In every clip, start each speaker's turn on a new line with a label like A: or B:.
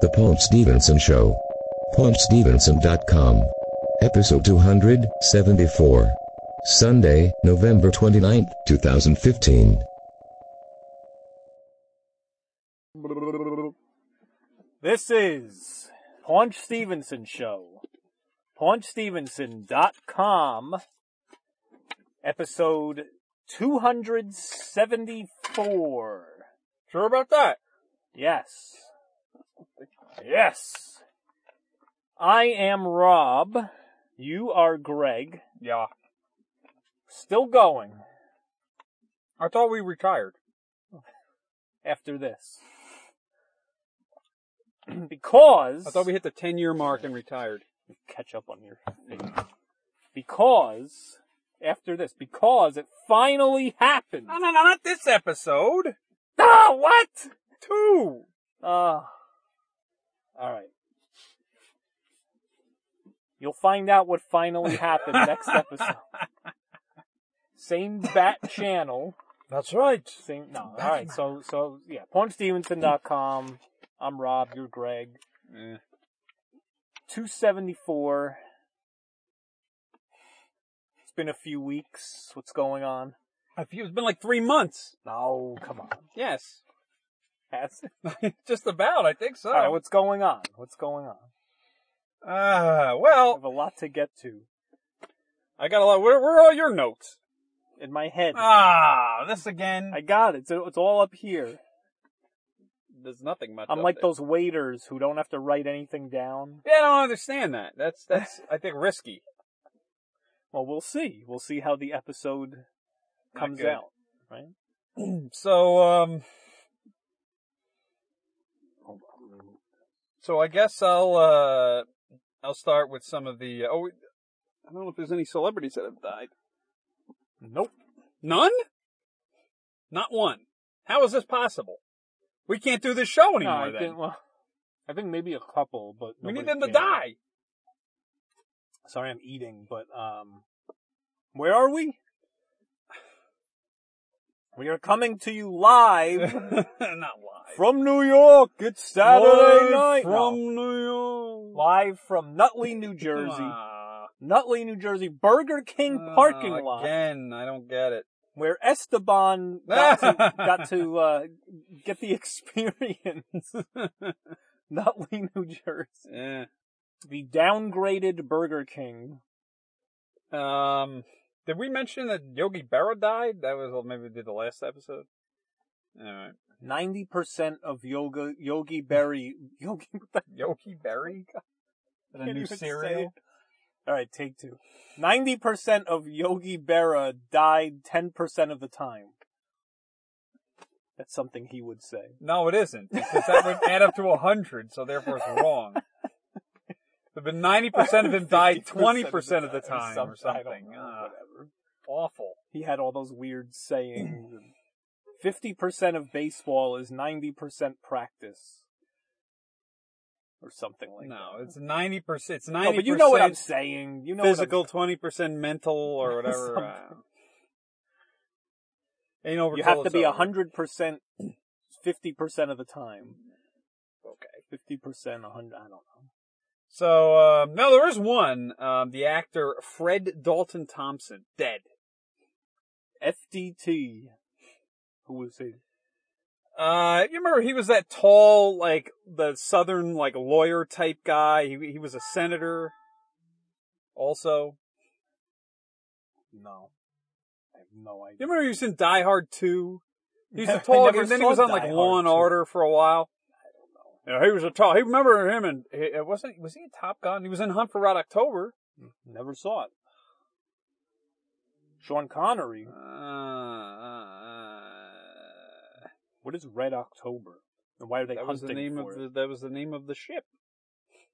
A: The Paul Stevenson Show. PaulStevenson.com. Episode 274. Sunday, November 29, 2015.
B: This is Paunch Stevenson Show. PaunchStevenson.com, episode 274.
C: Sure about that?
B: Yes. Yes. I am Rob. You are Greg.
C: Yeah.
B: Still going
C: I thought we retired.
B: after this. because
C: I thought we hit the 10 year mark and retired.
B: catch up on your thing. Because after this, because it finally happened.
C: no, no, not this episode.
B: Ah, what?
C: Two.
B: Uh, all right. You'll find out what finally happened next episode. Same bat channel.
C: That's right.
B: Same. No. All right. So so yeah. PornStevenson.com. I'm Rob. You're Greg.
C: Eh.
B: 274. It's been a few weeks. What's going on?
C: I feel It's been like three months.
B: No, come on.
C: Yes.
B: Has it?
C: Just about, I think so.
B: All right, what's going on? What's going on?
C: Ah,
B: I
C: well,
B: have a lot to get to
C: I got a lot. Where, where are all your notes?
B: in my head.
C: Ah, this again.
B: I got it. It's, it's all up here.
C: there's nothing much.
B: I'm
C: up
B: like
C: there.
B: those waiters who don't have to write anything down.
C: Yeah, I don't understand that. That's, that's, I think, risky.
B: Well, we'll see. We'll see how the episode
C: Not
B: comes
C: good.
B: out. Right?
C: So, um, so I guess I'll, uh, I'll start with some of the, oh, I don't know if there's any celebrities that have died.
B: Nope.
C: None? Not one. How is this possible? We can't do this show
B: No,
C: anymore
B: I
C: then.
B: think, well, I think maybe a couple, but
C: we need
B: nobody
C: them to
B: cares.
C: die.
B: Sorry, I'm eating, but um, where are we? We are coming to you live
C: Not live.
B: from New York. It's Saturday
C: Live
B: night.
C: From
B: No.
C: New York.
B: live from Nutley, New Jersey.
C: Ah,
B: Nutley, New Jersey, Burger King
C: ah,
B: parking lot,
C: Again, I don't get it.
B: where Esteban got to, got to uh, get the experience. Nutley, New Jersey,
C: Eh.
B: the downgraded Burger King.
C: Um, did we mention that Yogi Berra died? That was maybe we did the last episode. All right,
B: Ninety percent of yoga Yogi Berry Yogi
C: Yogi Berry.
B: Can't even say it. All right, take two. Ninety percent of Yogi Berra died ten percent of the time. That's something he would say.
C: No, it isn't because that would add up to a hundred, so therefore it's wrong. But ninety percent of them died
B: 50%
C: twenty percent of the time
B: some-
C: or
B: I don't
C: something.
B: know,
C: Ah,
B: whatever.
C: awful.
B: He had all those weird sayings. Fifty percent of baseball is ninety percent practice, or something like that.
C: No, it's ninety percent. It's
B: No,
C: ninety
B: but you know what I'm
C: percent
B: saying. You know what I'm-
C: physical, twenty percent mental, or whatever. uh, ain't over.
B: You
C: till
B: have to
C: it's
B: be
C: over.
B: hundred percent, fifty percent of the time.
C: Okay.
B: Fifty percent, hundred. I don't know.
C: So um, no, there is one. Um, the actor Fred Dalton Thompson dead.
B: FDT. Who was he?
C: Uh, you remember he was that tall, like the southern, like lawyer type guy. He he was a senator. Also,
B: No, I have no idea.
C: you remember he was in Die Hard Two. He was
B: I
C: a tall,
B: never
C: and then he
B: saw
C: was on like
B: Die
C: Law
B: Hard
C: and
B: 2.
C: Order for a while. Yeah, he was a tall. He remember him, and it wasn't. Was he in Top Gun? He was in Hunt for Red October.
B: Never saw it. Sean Connery.
C: Uh, uh,
B: What is Red October? And why are they
C: that was
B: hunting
C: the name
B: for
C: of
B: it?
C: the, that was the name of the ship.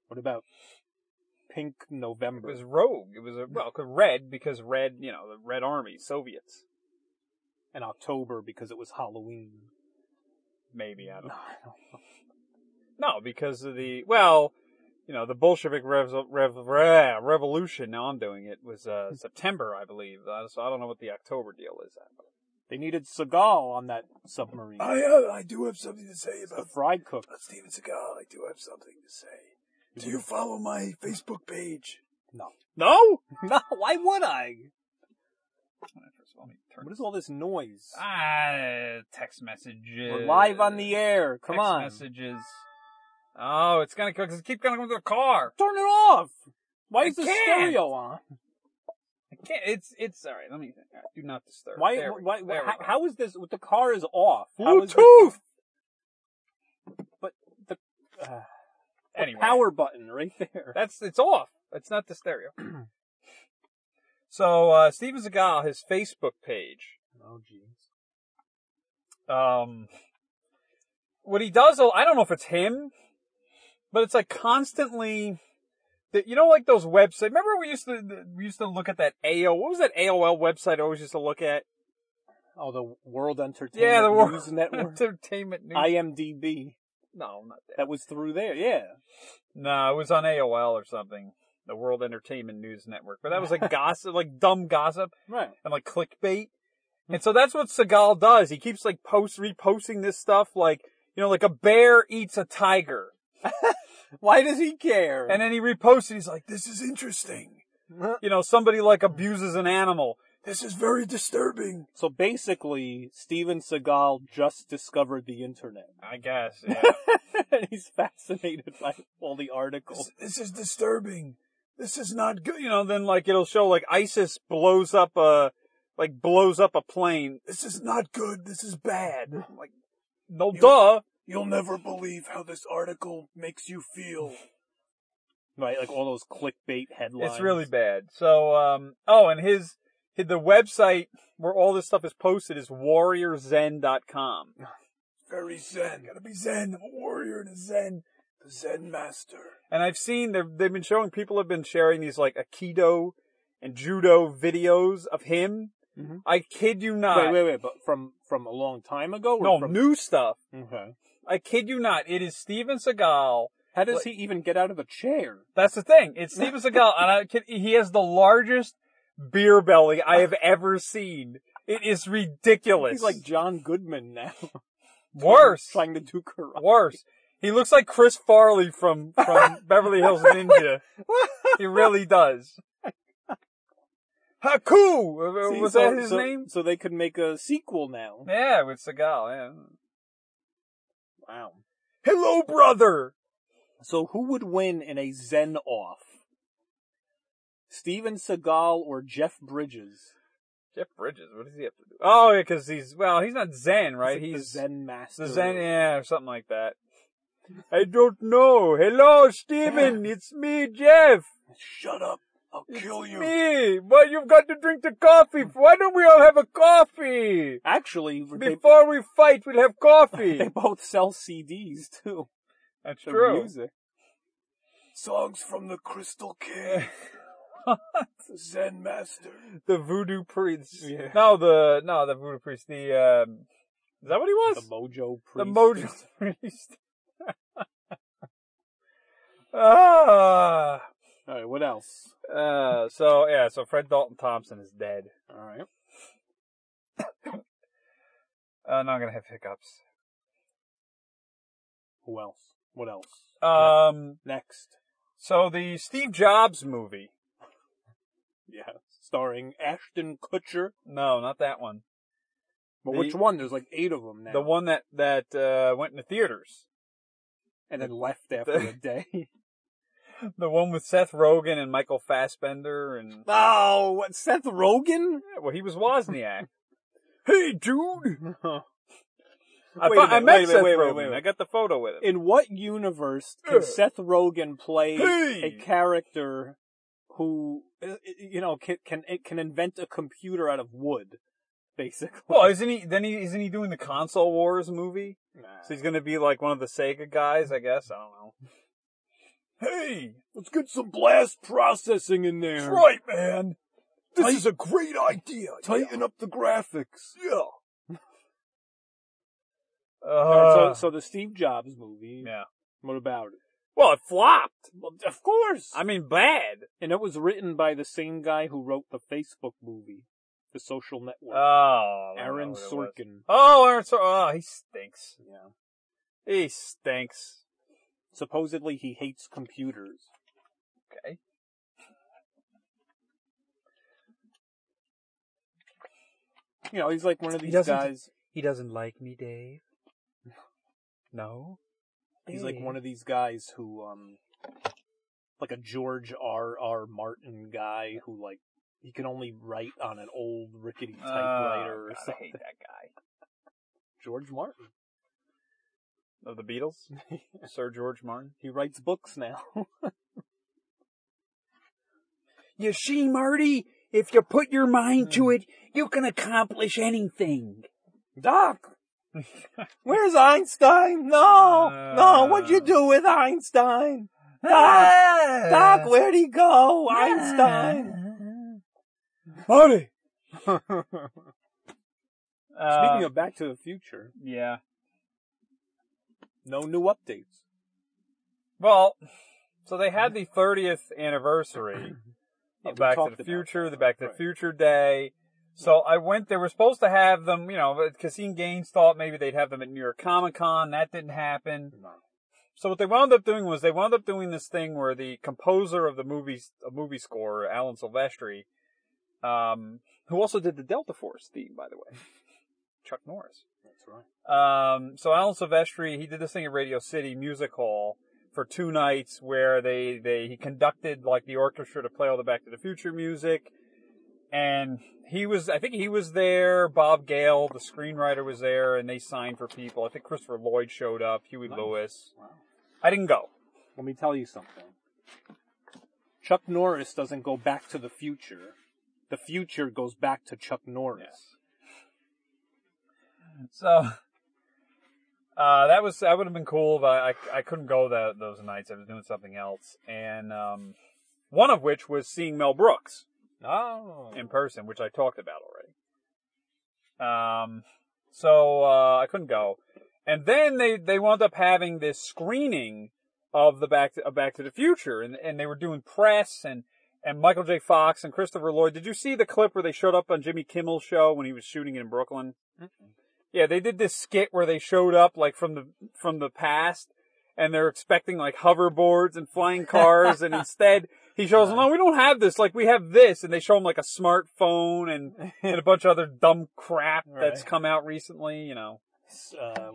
B: What about Pink
C: It
B: November?
C: was Rogue. It was a well, 'cause red because red, you know, the Red Army, Soviets.
B: and October because it was Halloween.
C: Maybe I don't.
B: No,
C: know.
B: I don't know.
C: No, because of the well, you know, the Bolshevik rev- rev- re- revolution. Now I'm doing it was uh, September, I believe. Uh, so I don't know what the October deal is.
B: They needed Seagal on that submarine.
D: I uh, I do have something to say
B: the
D: about,
B: fried cook.
D: about Steven Seagal. I do have something to say. Do you follow my Facebook page?
B: No.
C: No?
B: No, why would I?
C: First of all, let me turn
B: What is all this noise?
C: Ah, text messages.
B: We're live on the air. Come
C: text
B: on.
C: messages. Oh, it's gonna cause it keep gonna come to the car.
B: Turn it off. Why
C: I
B: is the
C: can't.
B: stereo on?
C: I can't. It's it's all right. Let me all right, do not disturb.
B: Why?
C: There we go,
B: Why?
C: there
B: why
C: we
B: how,
C: go.
B: how is this? The car is off. How is this-
C: Bluetooth.
B: but the, uh, the
C: Anyway,
B: power button right there.
C: That's it's off. It's not the stereo. so uh, Steven Seagal, his Facebook page.
B: Oh jeez.
C: Um, what he does, I don't know if it's him, but it's like constantly. that- You know, like those websites. Remember, we used to we used to look at that AO. What was that AOL website I always used to look at?
B: Oh, the World Entertainment
C: yeah, the World
B: News Network.
C: Entertainment News.
B: IMDb.
C: no, not that.
B: That was through there. Yeah.
C: No, it was on AOL or something. The World Entertainment News Network. But that was like gossip, like dumb gossip.
B: Right.
C: and like clickbait. And so that's what Seagal does. He keeps like post reposting this stuff like, you know, like a bear eats a tiger.
B: Why does he care?
C: And then he reposts it. He's like,
D: This is interesting.
C: you know, somebody like abuses an animal.
D: This is very disturbing.
B: so basically, Steven Seagal just discovered the internet.
C: I guess. Yeah.
B: and he's fascinated by all the articles.
D: This, this is disturbing. This is not good.
C: you know, then like it'll show like ISIS blows up a, like blows up a plane.
D: This is not good. This is bad.
C: I'm like, no duh.
D: You'll never believe how this article makes you feel.
B: Right, like all those clickbait headlines.
C: It's really bad. So, um, oh, and his, his, the website where all this stuff is posted is warriorzen.com.
D: Very zen. Gotta be zen. I'm a warrior and a zen. The zen master.
C: And I've seen they've they've been showing people have been sharing these like aikido and judo videos of him.
D: Mm-hmm.
B: Mhm.
C: I kid you not.
B: Wait, wait, wait! But from from a long time ago? Or
C: Uh, No
B: from...
C: new stuff.
B: Okay.
C: I kid you not. It is Steven Seagal.
B: How does
C: Like-
B: he even get out of a chair?
C: That's the thing. It's Steven Seagal, and I kid, he has the largest beer belly I have ever seen. It is ridiculous.
B: He's like John Goodman now,
C: worse,
B: trying to do karate.
C: worse. He looks like Chris Farley from from Beverly Hills Ninja. He really does. Haku! Uh,
B: See,
C: Was
B: so-
C: that his
B: so-
C: name?
B: So they could make a sequel now.
C: Yeah, with Seagal, yeah.
B: Wow.
C: Hello, brother!
B: So who would win in a Zen off? Steven Seagal or Jeff Bridges?
C: Jeff Bridges, what does he have to do? Oh, because he's, well, he's not Zen, right?
B: He's like the Zen master.
C: the Zen, yeah, or something like that. I don't know. Hello, Steven! It's me, Jeff!
D: Shut up. I'll kill you.
C: Me! Well, you've got to drink the coffee. Why don't we all have a coffee?
B: Actually, they,
C: Before we fight, we'll have
B: they
C: coffee.
B: both sell CDs too.
C: That's
B: The
C: true.
B: music.
D: Songs from the Crystal Cave. the Zen master.
C: The voodoo priest.
B: Yeah.
C: No, the, no, the voodoo priest. The, um, is that what he was?
B: The Mojo Priest.
C: The Mojo Priest. ah.
B: All right, what else?
C: Uh, so yeah, so Fred Dalton Thompson is dead.
B: All right.
C: Uh, now I'm gonna have hiccups.
B: Who else? What else?
C: Um,
B: Next.
C: so the Steve Jobs movie.
B: Yeah. Starring Ashton Kutcher.
C: No, not that one.
B: But
C: The-
B: which one? There's like eight of them now.
C: The one that that uh, went in the theaters.
B: and then left after a day.
C: The one with Seth Rogen and Michael Fassbender and
B: oh, what, Seth Rogen?
C: yeah, well, he was Wozniak. hey, dude.
B: Wait a
C: I, fo-
B: minute,
C: I met
B: wait, wait,
C: Seth
B: wait, wait,
C: Rogen.
B: wait, wait.
C: I got the photo with him.
B: In what universe can Seth Rogen play
C: Hey.
B: a character who, uh, you know, can can eh, can invent a computer out of wood, basically?
C: well, isn't he? Then he isn't he doing the console wars movie?
B: Nah.
C: So he's gonna be like one of the Sega guys, I guess. I don't know. Hey,
B: Let's get some blast processing in there.
C: that's right, man.
D: This is a great idea.
B: Tighten up the graphics.
D: Yeah.
B: so, so the Steve Jobs movie.
C: Uh, yeah.
B: What about it?
C: Well, it flopped.
B: Well, of course.
C: I mean, bad.
B: and it was written by the same guy who wrote the Facebook movie. The Social Network.
C: Oh, I don't
B: Aaron
C: know who it was.
B: Sorkin.
C: Oh, Aaron Sorkin. Oh, he stinks.
B: Yeah.
C: He stinks.
B: Supposedly he hates computers.
C: Okay.
B: You know, he's like one of
C: He
B: these
C: doesn't-
B: guys.
C: He doesn't like me, Dave. No.
B: He's like one of these guys who, um, like a George R. R. Martin guy who, like, he can only write on an old rickety
C: Oh,
B: typewriter or
C: God, I
B: something.
C: hate that guy.
B: George Martin.
C: Of the Beatles? Sir George Martin?
B: He writes books now.
C: You see, Marty, if you put your mind
B: Hmm.
C: to it, you can accomplish anything.
B: Doc, where's Einstein? No, no, what'd you do with Einstein? Doc,
C: Ah! Uh,
B: Doc, where'd he go? Einstein.
C: Marty!
B: Speaking of Back to the Future,
C: Uh, Yeah.
B: no new updates.
C: Well, so they had the 30th anniversary
B: Yeah,
C: of
B: we
C: Oh, Back to
B: talked
C: the
B: about
C: Future,
B: that.
C: the Back to the
B: Right.
C: Future Day. So I went, they were supposed to have them, you know, but Cassine Gaines thought maybe they'd have them at New York Comic Con. That didn't happen. So what they wound up doing was they wound up doing this thing where the composer of the movie's a movie score, Alan Silvestri, um, who also did the Delta Force theme, by the way, Chuck Norris.
B: That's right.
C: Um, so Alan Silvestri, he did this thing at Radio City Music Hall for two nights where they, they, he conducted like the orchestra to play all the Back to the Future music. And he was, I think he was there, Bob Gale, the screenwriter was there, and they signed for people. I think Christopher Lloyd showed up, Huey
B: Nice.
C: Lewis.
B: Wow.
C: I didn't go.
B: Let me tell you something. Chuck Norris doesn't go back to the future. The future goes back to Chuck Norris.
C: So uh, that was that would have been cool, but I I couldn't go that those nights. I was doing something else, and um, one of which was seeing Mel Brooks
B: Oh.
C: in person, which I talked about already. Um, so uh, I couldn't go, and then they they wound up having this screening of the Back to, of Back to the Future, and and they were doing press and. And Michael J. Fox and Christopher Lloyd. Did you see the clip where they showed up on Jimmy Kimmel's show when he was shooting in Brooklyn? Yeah, they did this skit where they showed up like from the from the past, and they're expecting like hoverboards and flying cars, and instead he shows them, "No, we don't have this. Like we have this," and they show him like a smartphone and and a bunch of other dumb crap that's
B: Right.
C: come out recently. You know,
B: Uh, uh,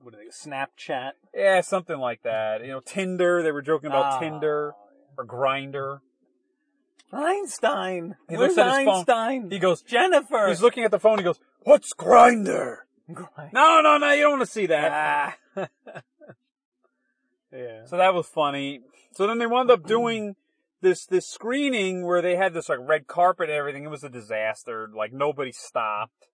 B: what are they? Snapchat.
C: yeah, something like that. You know, Tinder. They were joking about
B: Ah.
C: Tinder or Grinder.
B: Einstein.
C: He
B: Where's
C: looks at his phone.
B: Einstein?
C: He goes,
B: Jennifer.
C: He's looking at the phone. He goes, "What's Grinder?" No, no, no. You don't want to see that.
B: Ah. yeah.
C: So that was funny. So then they wound up doing this this screening where they had this like red carpet and everything. It was a disaster. Like nobody stopped.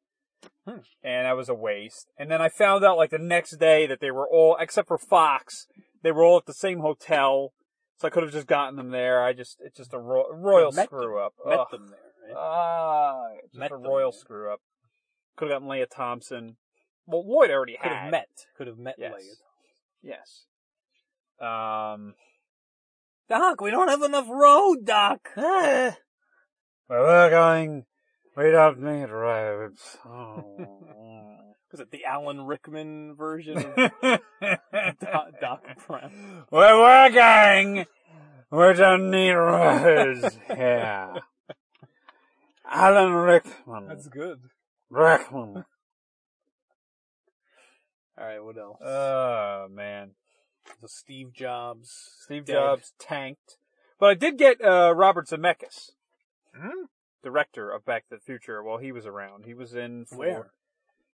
B: Hmm.
C: And that was a waste. And then I found out like the next day that they were all except for Fox, they were all at the same hotel. So I could have just gotten them there. I just it's just a ro- royal
B: Met
C: screw up.
B: Met
C: Ugh.
B: them there. Right?
C: Ah, just
B: Met
C: a
B: them
C: royal
B: there.
C: screw up. Could have gotten Leah Thompson. Well, Lloyd already
B: Could
C: had.
B: have met. Could have met
C: Yes.
B: Leia.
C: Yes. Um.
B: Doc, we don't have enough road, Doc.
C: Where we're going, we don't need roads. Oh.
B: Was it the Alan Rickman version of Doc, Doc Brown?
C: Where we're going, we don't need roads. Yeah. Alan Rickman.
B: good.
C: Rickman.
B: All right, what else?
C: Oh, man.
B: the Steve Jobs.
C: Steve
B: dead.
C: Jobs tanked. But I did get uh, Robert Zemeckis,
B: Hmm?
C: director of Back to the Future, while he was around. He was in for-
B: Where?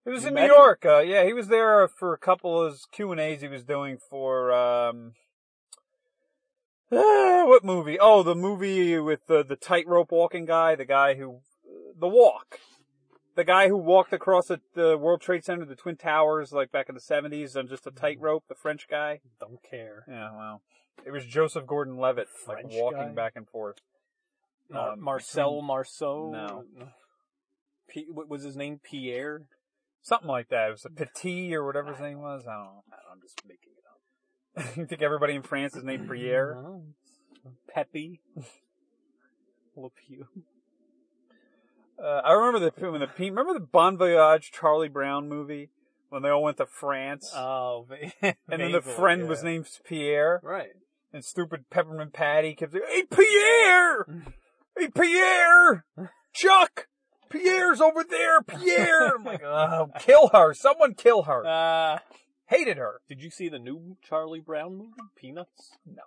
C: He was
B: You
C: in New
B: met him?
C: York. Uh, yeah, he was there for a couple of Q and A's he was doing for um, uh, what movie? Oh, the movie with the the tightrope walking guy, the guy who the walk, the guy who walked across the, the World Trade Center, the Twin Towers, like back in the seventies, on just a
B: Mm-hmm.
C: tightrope. The French guy.
B: Don't care.
C: Yeah, well, it was Joseph Gordon-Levitt, like
B: French
C: walking
B: guy?
C: back and forth.
B: Mar-
C: Um,
B: Uh, Marcel Marceau.
C: No.
B: P- what was his name? Pierre.
C: Something like that. It was a Petit or whatever his name was. I don't know.
B: I'm just making it up.
C: you think everybody in France is named Pierre?
B: Peppy. Lepew.
C: Uh, I remember the when the pe- remember the Bon Voyage Charlie Brown movie when they all went to France
B: Oh, and
C: and then the friend was named Pierre
B: Right.
C: and stupid Peppermint Patty kept saying, "Hey Pierre, hey Pierre, Chuck, Pierre's over there, Pierre." I'm like, oh, kill her! Someone kill her!
B: Uh,
C: Hated her.
B: did you see the new Charlie Brown movie, Peanuts?
C: No.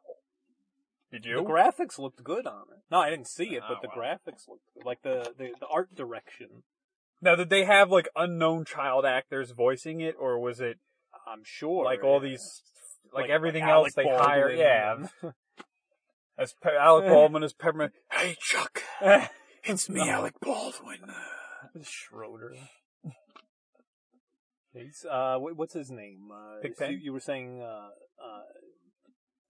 C: Did
B: The graphics looked good on it. No, I didn't see it, but
C: Oh,
B: the
C: wow.
B: graphics looked good. like the, the the art direction.
C: Now, did they have like unknown child actors voicing it, or was it
B: I'm sure,
C: like all
B: yeah.
C: these, like,
B: Like-
C: everything
B: like
C: else
B: Alec
C: they hire?
B: Baldwin
C: Yeah, as Pe- Alec Baldwin as Peppermint. Hey, Chuck,
D: It's me, Alec Baldwin.
B: Schroeder. He's uh, wh- what's his name? Uh,
C: Pigpen?
B: You, you were saying uh, uh,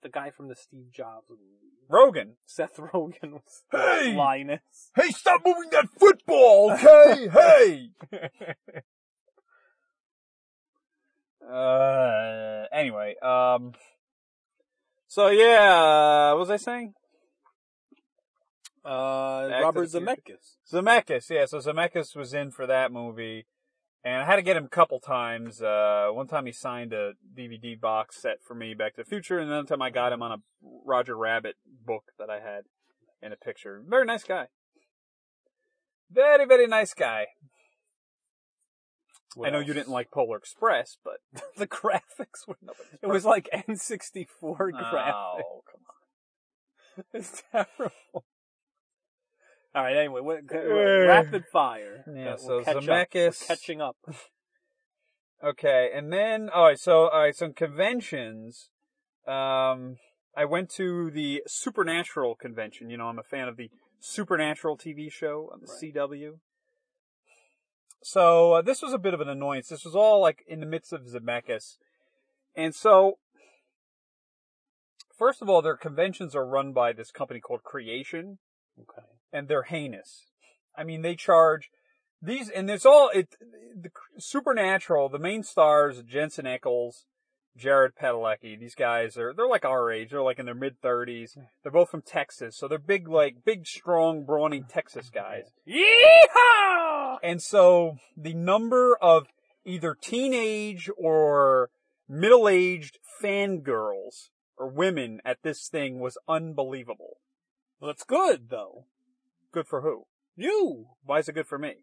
B: the guy from the Steve Jobs movie.
C: Rogan.
B: Seth Rogen was
C: Hey!
B: Linus.
C: Hey, stop moving that football, okay? hey. Uh, anyway, um, so yeah, what was I saying?
B: Uh,
C: Back to
B: Robert
C: the Future.
B: Zemeckis.
C: Zemeckis, yeah. So Zemeckis was in for that movie, and I had to get him a couple times. Uh, one time he signed a DVD box set for me, Back to the Future, and another time I got him on a Roger Rabbit book that I had and a picture. Very nice guy. Very, very nice guy.
B: What
C: I know
B: else?
C: you didn't like Polar Express, but
B: the graphics. Were,
C: nobody.
B: it was like N64 graphics.
C: Oh, come on.
B: It's terrible. All right. Anyway, what, c-
C: Eh.
B: rapid fire.
C: Yeah,
B: Uh,
C: so
B: catch up.
C: Zemeckis-
B: We're catching up.
C: Okay, and then all right, so all right, some conventions. Um, I went to the Supernatural convention. You know, I'm a fan of the Supernatural TV show on the
B: Right.
C: CW. So uh, this was a bit of an annoyance. This was all like in the midst of Zemeckis, and so first of all, their conventions are run by this company called Creation,
B: Okay.
C: and they're heinous. I mean, they charge these, and it's all it. The Supernatural, the main stars, Jensen Ackles, Jared Padalecki. These guys are they're like our age. They're like in their mid thirties. They're both from Texas, so they're big, like big, strong, brawny Texas guys.
B: Yeehaw!
C: And so the number of either teenage or middle-aged fangirls or women at this thing was unbelievable.
B: Well, it's good though.
C: Good for who?
B: You.
C: Why is it good for me?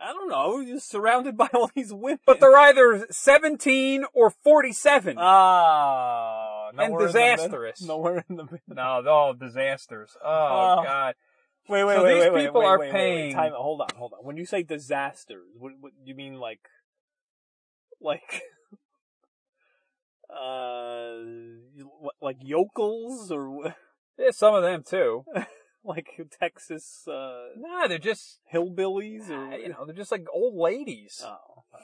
B: I don't know. You're surrounded by all these women.
C: but they're either 17 or 47.
B: ah,
C: And
B: nowhere in the
C: disastrous.
B: mid- Nowhere in the middle.
C: no, they're all disasters. Oh,
B: Oh.
C: God.
B: Wait, wait,
C: So
B: wait,
C: these
B: wait, wait,
C: people
B: wait,
C: are
B: wait, wait,
C: paying-
B: Wait, time, hold on, hold on. When you say disasters, what, what you mean like, like, uh, you- what- like yokels or what-
C: Yeah, some of them too.
B: like Texas uh,
C: nah, they're just,
B: hillbillies or
C: you know, they're just like old ladies
B: Oh,
C: Uh,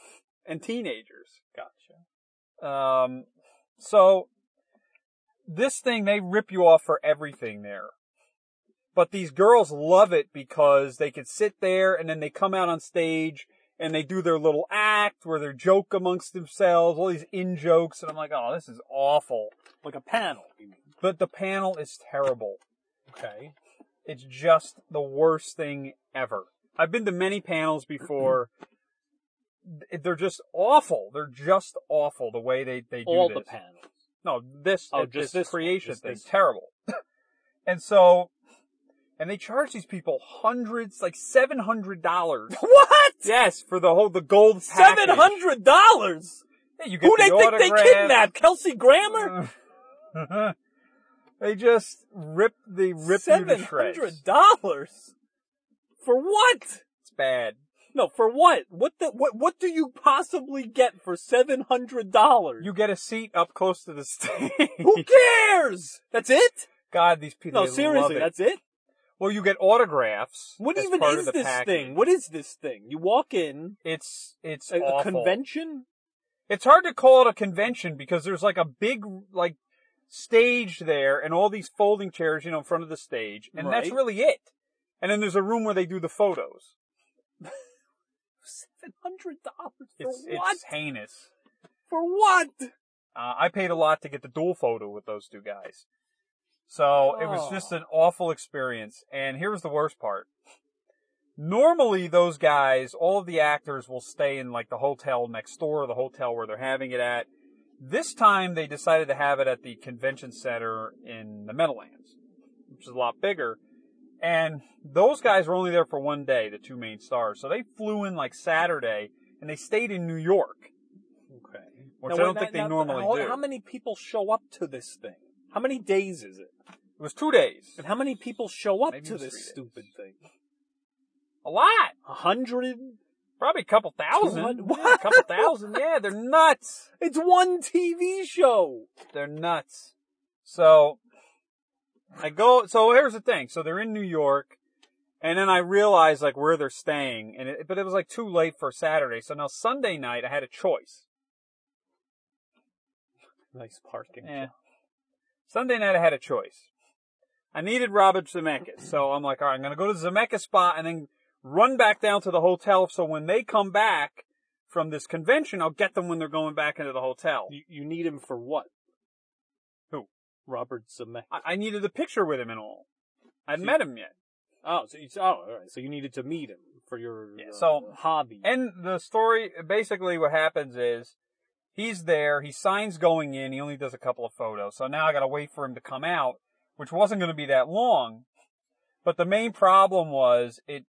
C: and teenagers.
B: gotcha.
C: Um, so this thing, they rip you off for everything there. But these girls love it because they can sit there and then they come out on stage and they do their little act where they joke amongst themselves, all these in jokes. And I'm like, oh, this is awful.
B: Like a panel, you mean?
C: But the panel is terrible.
B: Okay.
C: It's just the worst thing ever. I've been to many panels before. Th- They're just awful. They're just awful the way they, they do
B: All
C: this.
B: the panels.
C: No, this
B: Oh,
C: uh,
B: just
C: this,
B: this one,
C: creation
B: just
C: thing,
B: this one.
C: terrible. and so, and they charge these people hundreds, like seven hundred dollars.
B: What?
C: yes, for the whole the gold package.
B: Seven hundred dollars.
C: Yeah, you get
B: Who
C: the
B: they think they
C: autograph.
B: kidnapped? Kelsey Grammer.
C: Uh, they just rip the rip you to
B: Seven
C: shreds.
B: hundred dollars for what?
C: It's bad.
B: No, for what? What the? What? What do you possibly get for seven hundred dollars?
C: You get a seat up close to the stage.
B: Who cares? That's it?
C: God, these people.
B: No,
C: they love
B: seriously,
C: it.
B: that's it.
C: well, you get autographs.
B: What
C: as
B: even
C: part
B: is
C: of the
B: this
C: package.
B: thing? What is this thing? You walk in
C: It's it's
B: a, a
C: awful.
B: convention.
C: It's hard to call it a convention because there's like a big like stage there and all these folding chairs, you know, in front of the stage, and that's
B: Right.
C: really it. And then there's a room where they do the photos.
B: Seven hundred dollars for
C: It's
B: what?
C: it's heinous.
B: For what?
C: Uh, I paid a lot to get the dual photo with those two guys. So it was
B: Oh.
C: just an awful experience. And here was the worst part. Normally, those guys, all of the actors will stay in like the hotel next door, the hotel where they're having it at. This time, they decided to have it at the convention center in the Meadowlands, which is a lot bigger. And those guys were only there for one day, the two main stars. So they flew in like Saturday and they stayed in New York,
B: Okay.
C: which
B: Now,
C: I don't
B: when
C: think
B: that-
C: they
B: now,
C: normally
B: how,
C: do.
B: How many people show up to this thing? How many days is it?
C: it was two days.
B: And how many people show up
C: Maybe it
B: to
C: was
B: this
C: three days.
B: stupid thing?
C: A lot.
B: A hundred?
C: Probably a couple thousand.
B: What?
C: Yeah, a couple thousand. Yeah, they're nuts.
B: It's one TV show.
C: They're nuts. So I go. So here's the thing. So they're in New York, and then I realized like where they're staying, and it, but it was like too late for Saturday. So now Sunday night I had a choice.
B: Nice parking.
C: Yeah. Sunday night I had a choice. I needed Robert Zemeckis, so I'm like, all right, I'm gonna go to the Zemeckis spot and then run back down to the hotel. So when they come back from this convention, I'll get them when they're going back into the hotel.
B: You, you need him for what?
C: Who?
B: Robert Zemeckis.
C: I, I needed a picture with him and all. I hadn't met him yet.
B: Oh, so you, oh, all right. So you needed to meet him for your
C: Yeah,
B: uh,
C: so-
B: hobby.
C: And the story, basically what happens is, he's there, he signs going in, he only does a couple of photos. So now I gotta wait for him to come out, which wasn't gonna be that long. But the main problem was, it,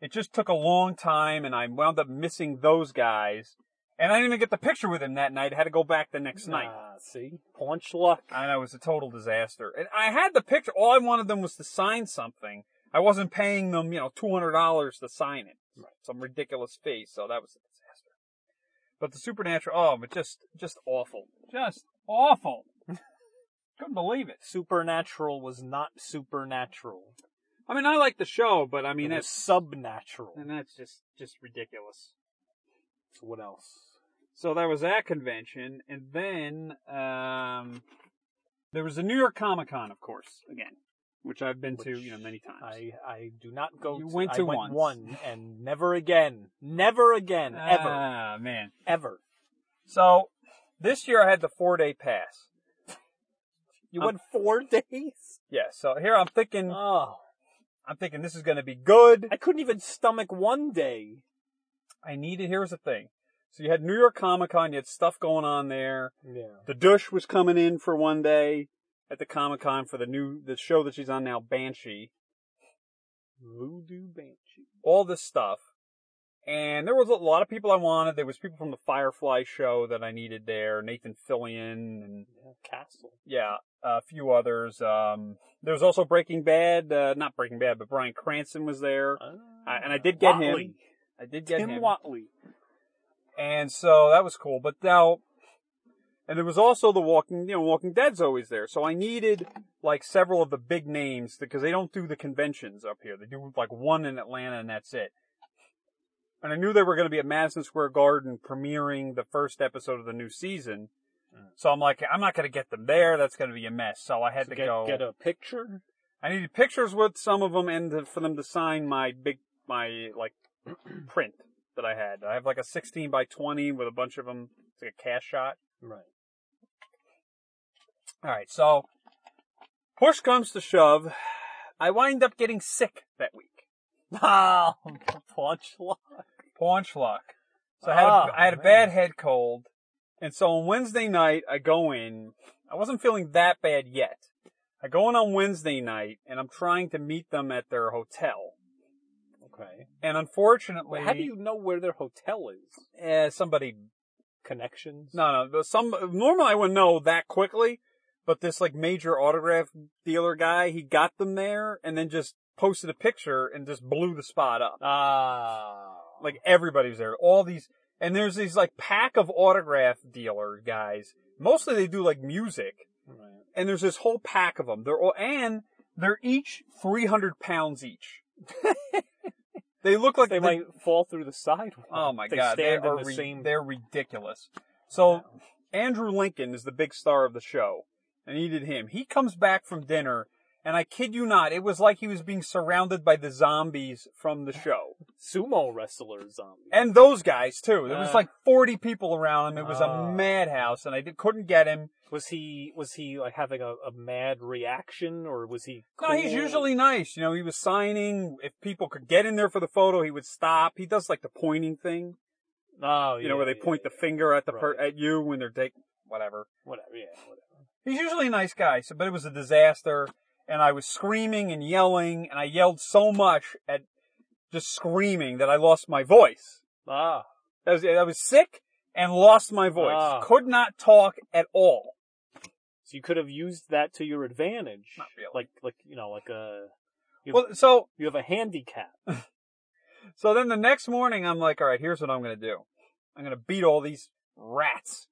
C: it just took a long time and I wound up missing those guys. And I didn't even get the picture with him that night, I had to go back the next night.
B: Ah, see, paunch luck.
C: And it was a total disaster. And I had the picture, all I wanted them was to sign something. I wasn't paying them, you know, $200 to sign it. Some ridiculous fee, so that was a disaster. But the supernatural, oh, but just, just awful. Just awful. Couldn't believe it.
B: Supernatural was not supernatural.
C: I mean, I like the show, but I mean,
B: it was
C: that's,
B: subnatural.
C: and that's just, just ridiculous.
B: So what else?
C: So that was that convention, and then um, there was the New York Comic Con, of course, again, which I've been to,
B: Which
C: you know, many times.
B: I I do not go.
C: You
B: to,
C: went
B: I
C: to
B: went
C: once.
B: one and never again, never again, ever,
C: Ah, man.
B: ever.
C: So this year I had the four day pass.
B: You
C: I'm-
B: went four days.
C: Yeah. So here I'm thinking,
B: Oh,
C: I'm thinking this is going to be good.
B: I couldn't even stomach one day.
C: I needed, here's the thing. So you had New York Comic Con, you had stuff going on there.
B: Yeah.
C: The douche was coming in for one day at the Comic Con for the new, the show that she's on now, Banshee.
B: Voodoo Banshee.
C: all this stuff. And there was a lot of people I wanted. There was people from the Firefly show that I needed there, Nathan Fillion, and
B: Yeah, castle.
C: yeah, a few others. Um, there was also Breaking Bad, uh, not Breaking Bad, but Brian Cranston was there. I- and I did get him.
B: Watley.
C: I did get
B: Tim
C: him,
B: Watley.
C: and so that was cool. But now, and there was also the Walking, you know, Walking Dead's always there. So I needed like several of the big names because they don't do the conventions up here. They do like one in Atlanta, and that's it. and I knew they were going to be at Madison Square Garden premiering the first episode of the new season.
B: Hmm.
C: So I'm like, I'm not going to get them there. That's going to be a mess. So I had
B: So
C: to
B: get,
C: go.
B: get a picture.
C: I needed pictures with some of them and to, for them to sign my big, my like print that I had. I have like a 16 by 20 with a bunch of them. It's like a cash shot.
B: Right.
C: All right. So push comes to shove. I wind up getting sick that week.
B: Ah, punch luck.
C: Paunch luck. So I had,
B: Oh,
C: a, I had a
B: man.
C: bad head cold. And so on Wednesday night, I go in. I wasn't feeling that bad yet. I go in on Wednesday night and I'm trying to meet them at their hotel.
B: Okay.
C: And unfortunately,
B: Wait, how do you know where their hotel is?
C: eh, somebody,
B: Connections?
C: no, no, but some, normally I wouldn't know that quickly, but this like major autograph dealer guy, he got them there and then just posted a picture and just blew the spot up.
B: Ah.
C: like everybody was there. All these, and there's these like pack of autograph dealer guys. Mostly they do like music,
B: Right.
C: and there's this whole pack of them. They're all, and they're each 300 pounds each. they look like
B: They
C: the-
B: might fall through the sidewalk.
C: Oh my
B: Uh, they
C: god,
B: Stand
C: they
B: in
C: are
B: the
C: ri-
B: same.
C: they're ridiculous. So Andrew Lincoln is the big star of the show, and he did him. He comes back from dinner And I kid you not, it was like he was being surrounded by the zombies from the show.
B: Sumo wrestler zombie.
C: And those guys too. There was
B: Ah.
C: like 40 people around him. It was
B: Ah.
C: a madhouse and I did, couldn't get him.
B: Was he was he like having a, a mad reaction or was he?
C: No, he's
B: cool?
C: usually nice. You know, he was signing. If people could get in there for the photo, he would stop. He does like the pointing thing,
B: Oh,
C: you know, where they point the finger at the per-
B: Right.
C: at you when they're taking whatever.
B: whatever. Yeah, whatever.
C: He's usually a nice guy, so but it was a disaster, and I was screaming and yelling, and I yelled so much at just screaming that I lost my voice.
B: Ah,
C: I was, I was sick and lost my voice.
B: Ah.
C: Could not talk at all.
B: so you could have used that to your advantage.
C: Not really.
B: Like like you know like a you have,
C: Well, so
B: you have a handicap.
C: So then the next morning, I'm like, all right, here's what I'm going to do. I'm going to beat all these rats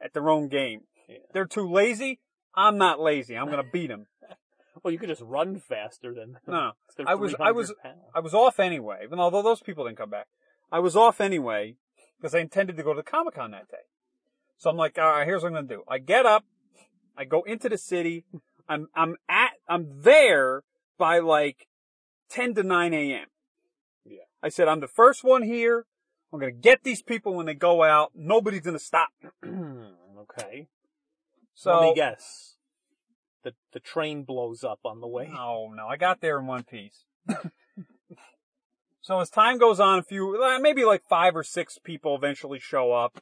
C: at their own game.
B: Yeah.
C: They're too lazy. I'm not lazy. I'm going to beat them.
B: Well, you could just run faster than them.
C: No,
B: 'Cause they're
C: I was- I
B: 300
C: was-
B: pounds.
C: I was off anyway, even although those people didn't come back. I was off anyway because I intended to go to the Comic Con that day. So I'm like, all right, here's what I'm going to do. I get up. I go into the city. I'm, I'm at, I'm there by like 10 to 9 a.m.
B: Yeah.
C: I said, I'm the first one here. I'm going to get these people when they go out. Nobody's going to stop me.
B: okay.
C: So
B: Let me guess. The the train blows up on the way.
C: Oh, No, no, I got there in one piece. so as time goes on, a few, uh, maybe like five or six people eventually show up.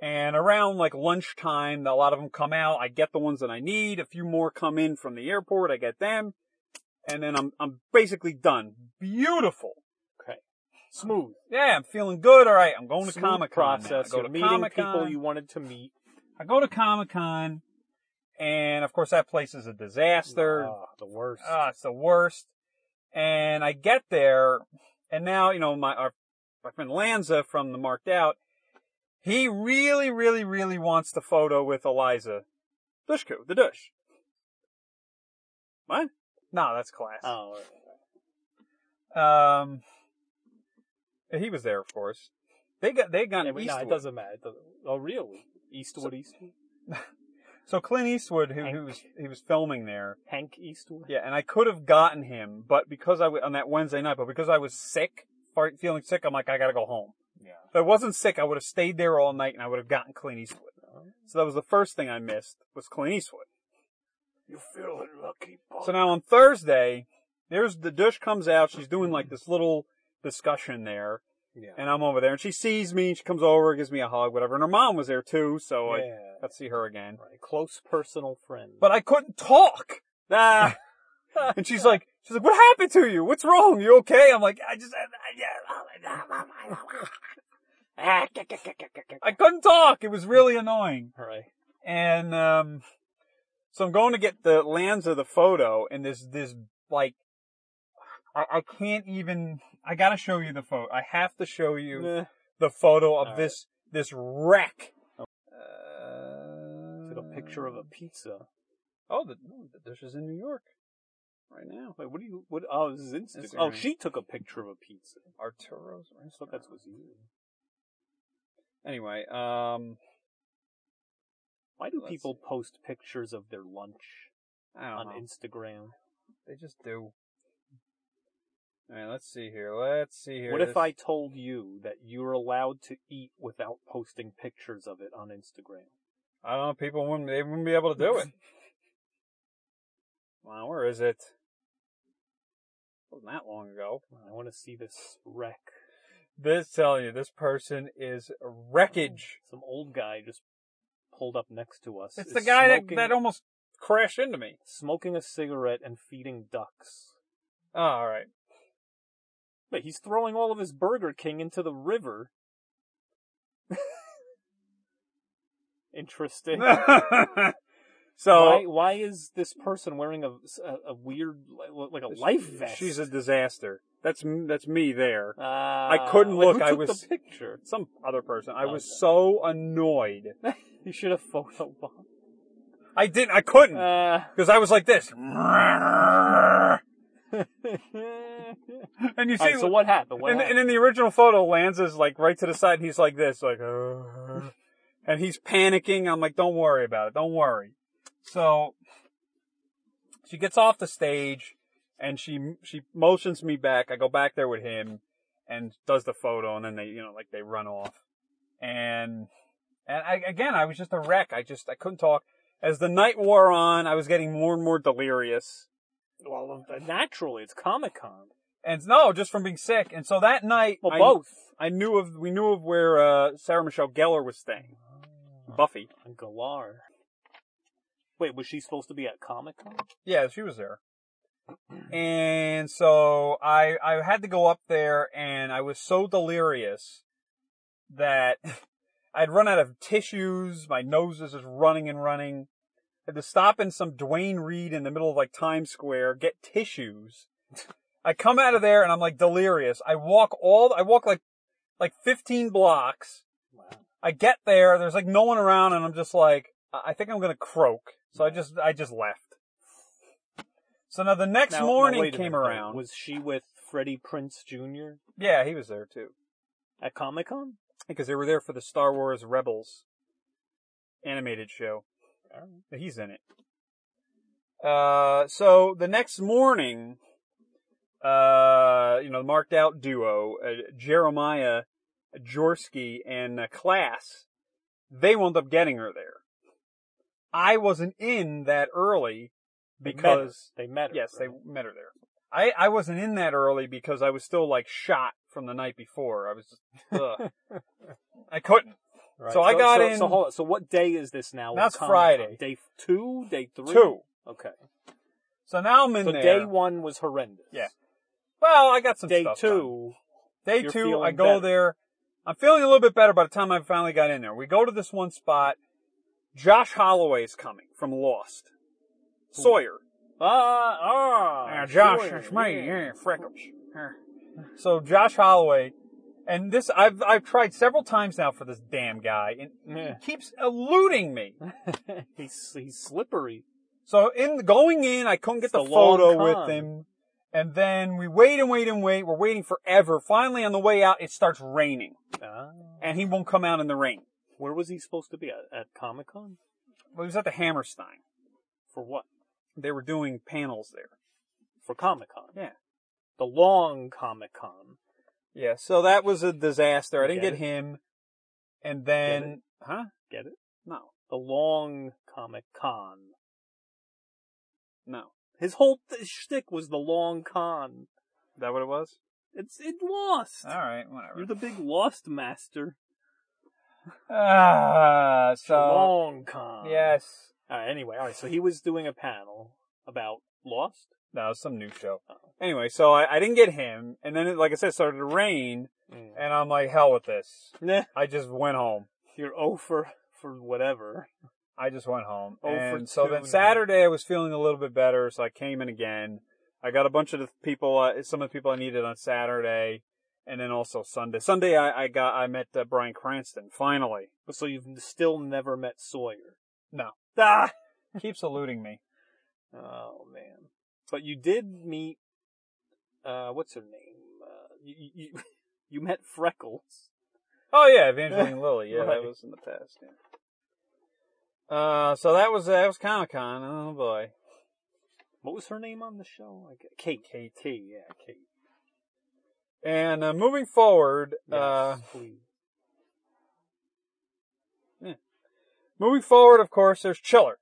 C: And around like lunchtime, a lot of them come out. I get the ones that I need. A few more come in from the airport. I get them. And then I'm, I'm basically done. Beautiful.
B: Okay. Smooth.
C: Yeah, I'm feeling good. All right. I'm going to
B: Smooth
C: Comic Con.
B: process.
C: I go
B: You're
C: to
B: meeting
C: Comic
B: people
C: Con.
B: you wanted to meet.
C: I go to Comic Con. And of course that place is a disaster.
B: Ah, the worst.
C: Ah, it's the worst. And I get there, and now you know my our, my friend Lanza from the Marked Out. He really, really, really wants the photo with Eliza Dushku, the Dush. What? No, that's class.
B: oh, all right.
C: Um, he was there, of course. They got they got
B: Yeah,
C: an
B: but no,
C: Eastwood.
B: it doesn't matter. It doesn't, oh, really? Eastwood, Eastwood,
C: So Clint Eastwood, who,
B: Hank.
C: who was he was filming there,
B: Hank Eastwood.
C: Yeah, and I could have gotten him, but because I w- on that Wednesday night, but because I was sick, fart- feeling sick, I'm like, I gotta go home.
B: Yeah.
C: If I wasn't sick, I would have stayed there all night and I would have gotten Clint Eastwood. So that was the first thing I missed was Clint Eastwood.
D: You feeling lucky, punk?
C: So now on Thursday, there's the douche comes out. She's doing like this little discussion there,
B: Yeah.
C: and I'm over there, and she sees me, and she comes over, gives me a hug, whatever. And her mom was there too, so I
B: Yeah.
C: got to see her again.
B: Right. Close personal friend.
C: But I couldn't talk. Nah. and she's like, she's like, what happened to you? What's wrong? You okay? I'm like, I just, I couldn't talk. It was really annoying.
B: all right.
C: And, um, so I'm going to get the Lanza the photo and this, this, like, I, I can't even, I gotta show you the photo. I have to show you
B: Nah.
C: the photo of
B: All right.
C: this, this wreck. Uh,
B: Took a picture of a pizza.
C: Oh, the, the dish is in New York right now.
B: Wait, what do you? What? Oh, this is Instagram.
C: Instagram.
B: Oh, she took a picture of a pizza.
C: Arturo's
B: I thought that's was you.
C: Anyway, um,
B: Why do
C: Let's
B: people
C: see. Uh-huh.
B: post pictures of their lunch
C: I don't
B: on
C: know.
B: Instagram?
C: they just do. All right, let's see here. Let's see here.
B: What if
C: This-
B: I told you that you're allowed to eat without posting pictures of it on Instagram?
C: I don't know. People wouldn't. They wouldn't be able to do it. wow, where is it? Wasn't that long ago.
B: Come on, I want to see this wreck.
C: This telling you, this person is wreckage.
B: Some old guy just pulled up next to us.
C: It's
B: is
C: the guy
B: smoking-
C: that that almost crashed into me.
B: smoking a cigarette and feeding ducks.
C: Oh, all right.
B: Wait, he's throwing all of his Burger King into the river. Interesting.
C: so
B: why,
C: Oh.
B: why is this person wearing a, a, a weird, li- like a life vest?
C: She's a disaster. That's m- that's me there.
B: Ah,
C: I couldn't
B: wait,
C: look,
B: who
C: I
B: took
C: was-
B: the picture.
C: Some other person. I was
B: Okay.
C: so annoyed.
B: You should have photobombed.
C: I didn't. I couldn't
B: Uh,
C: because I was like this.
B: All
C: And you see,
B: right, so what happened? What
C: and,
B: happened?
C: and in the original photo, Lanza's like right to the side. And he's like this, like, "Uh," and he's panicking. I'm like, don't worry about it. Don't worry. So She gets off the stage and she she motions me back. I go back there with him and does the photo, and then they you know like they run off. And and I again I was just a wreck. I just I couldn't talk. As the night wore on, I was getting more and more delirious.
B: Well, naturally, it's Comic Con.
C: And no, just from being sick. And so that night,
B: Well,
C: I-
B: both.
C: I knew of we knew of where uh, Sarah Michelle Gellar was staying. Buffy.
B: And Galar. Wait, was she supposed to be at Comic Con?
C: Yeah, she was there. And so I I had to go up there and I was so delirious that I'd run out of tissues, my nose was just running and running. I had to stop in some Dwayne Reed in the middle of like Times Square, get tissues. I come out of there and I'm like delirious. I walk all I walk like like 15 blocks. I get there, there's like no one around and I'm just like I I think I'm going to croak. So I just I just left. So now the next
B: Now- now
C: morning
B: wait a
C: came
B: minute, though.
C: around.
B: Was she with Freddie Prince Jr.
C: yeah, he was there too.
B: at Comic Con?
C: because they were there for the Star Wars Rebels animated show. He's in it. Uh, so the next morning, uh, you know, the marked out duo, uh, Jeremiah Jorsky and uh, Class, they wound up getting her there. I wasn't in that early because
B: they met her.
C: Yes, they
B: right?
C: met her there. I, I wasn't in that early because I was still like shot from the night before. I was just, ugh. I couldn't.
B: Right.
C: So I got
B: so,
C: in-
B: So, hold on. so what day is this now? at
C: That's
B: Comic-Con?
C: Friday.
B: Day f- two, day three,
C: Two.
B: Okay.
C: So now I'm in
B: So
C: there.
B: day one was horrendous.
C: Yeah. Well, I got some
B: Day
C: stuff done.
B: two.
C: Day
B: You're
C: two,
B: feeling
C: I go
B: better.
C: there. I'm feeling a little bit better by the time I finally got in there. We go to this one spot. Josh Holloway's coming from Lost. Sawyer.
B: Ah, ah.
C: Yeah, Josh,
B: sure,
C: it's me.
B: yeah.
C: Yeah, freckles. Yeah. So Josh Holloway, and this I've I've tried several times now for this damn guy, and
B: Yeah.
C: he keeps eluding me.
B: he's he's slippery.
C: So in going in, I couldn't get
B: It's
C: the
B: the long
C: photo
B: con.
C: with him, and then we wait and wait and wait. We're waiting forever. Finally, on the way out, it starts raining,
B: Ah.
C: and he won't come out in the rain.
B: Where was he supposed to be at, at Comic Con?
C: Well, he was at the Hammerstein.
B: For what?
C: They were doing panels there.
B: For Comic Con.
C: Yeah.
B: The long Comic Con.
C: Yeah. So that was a disaster. I didn't
B: Get
C: get,
B: it?
C: him, and then huh?
B: Get it?
C: No,
B: The long Comic Con.
C: no.
B: His whole th- shtick was the long con.
C: Is that what it was?
B: It's it lost.
C: All right, whatever.
B: You're the big lost master.
C: Ah,
B: The
C: so
B: long con.
C: yes,
B: All right, anyway, all right. So he was doing a panel about Lost.
C: no, it's some new show. Anyway, so I, I didn't get him, and then it, like I said, it started to rain,
B: Mm.
C: and I'm like, hell with this.
B: Nah,
C: I just went home.
B: you're o for for whatever.
C: I just went home.
B: Oh, for
C: and so
B: two
C: then
B: now.
C: Saturday, I was feeling a little bit better, so I came in again. I got a bunch of the people, uh, some of the people I needed on Saturday, and then also Sunday. Sunday, I, I got, I met uh, Brian Cranston finally.
B: So you've still never met Sawyer.
C: No,
B: Ah.
C: keeps eluding me.
B: Oh man. But you did meet. Uh, what's her name? Uh, you you you met Freckles.
C: Oh yeah, Evangeline Lilly. Yeah,
B: Right.
C: that was in the past. Yeah. Uh, so that was that was Comic Con. Oh boy,
B: What was her name on the show? Like Kate. Kate. Kate. Yeah, Kate.
C: and uh, moving forward,
B: Yes,
C: uh,
B: please.
C: moving forward, of course, there's Chiller,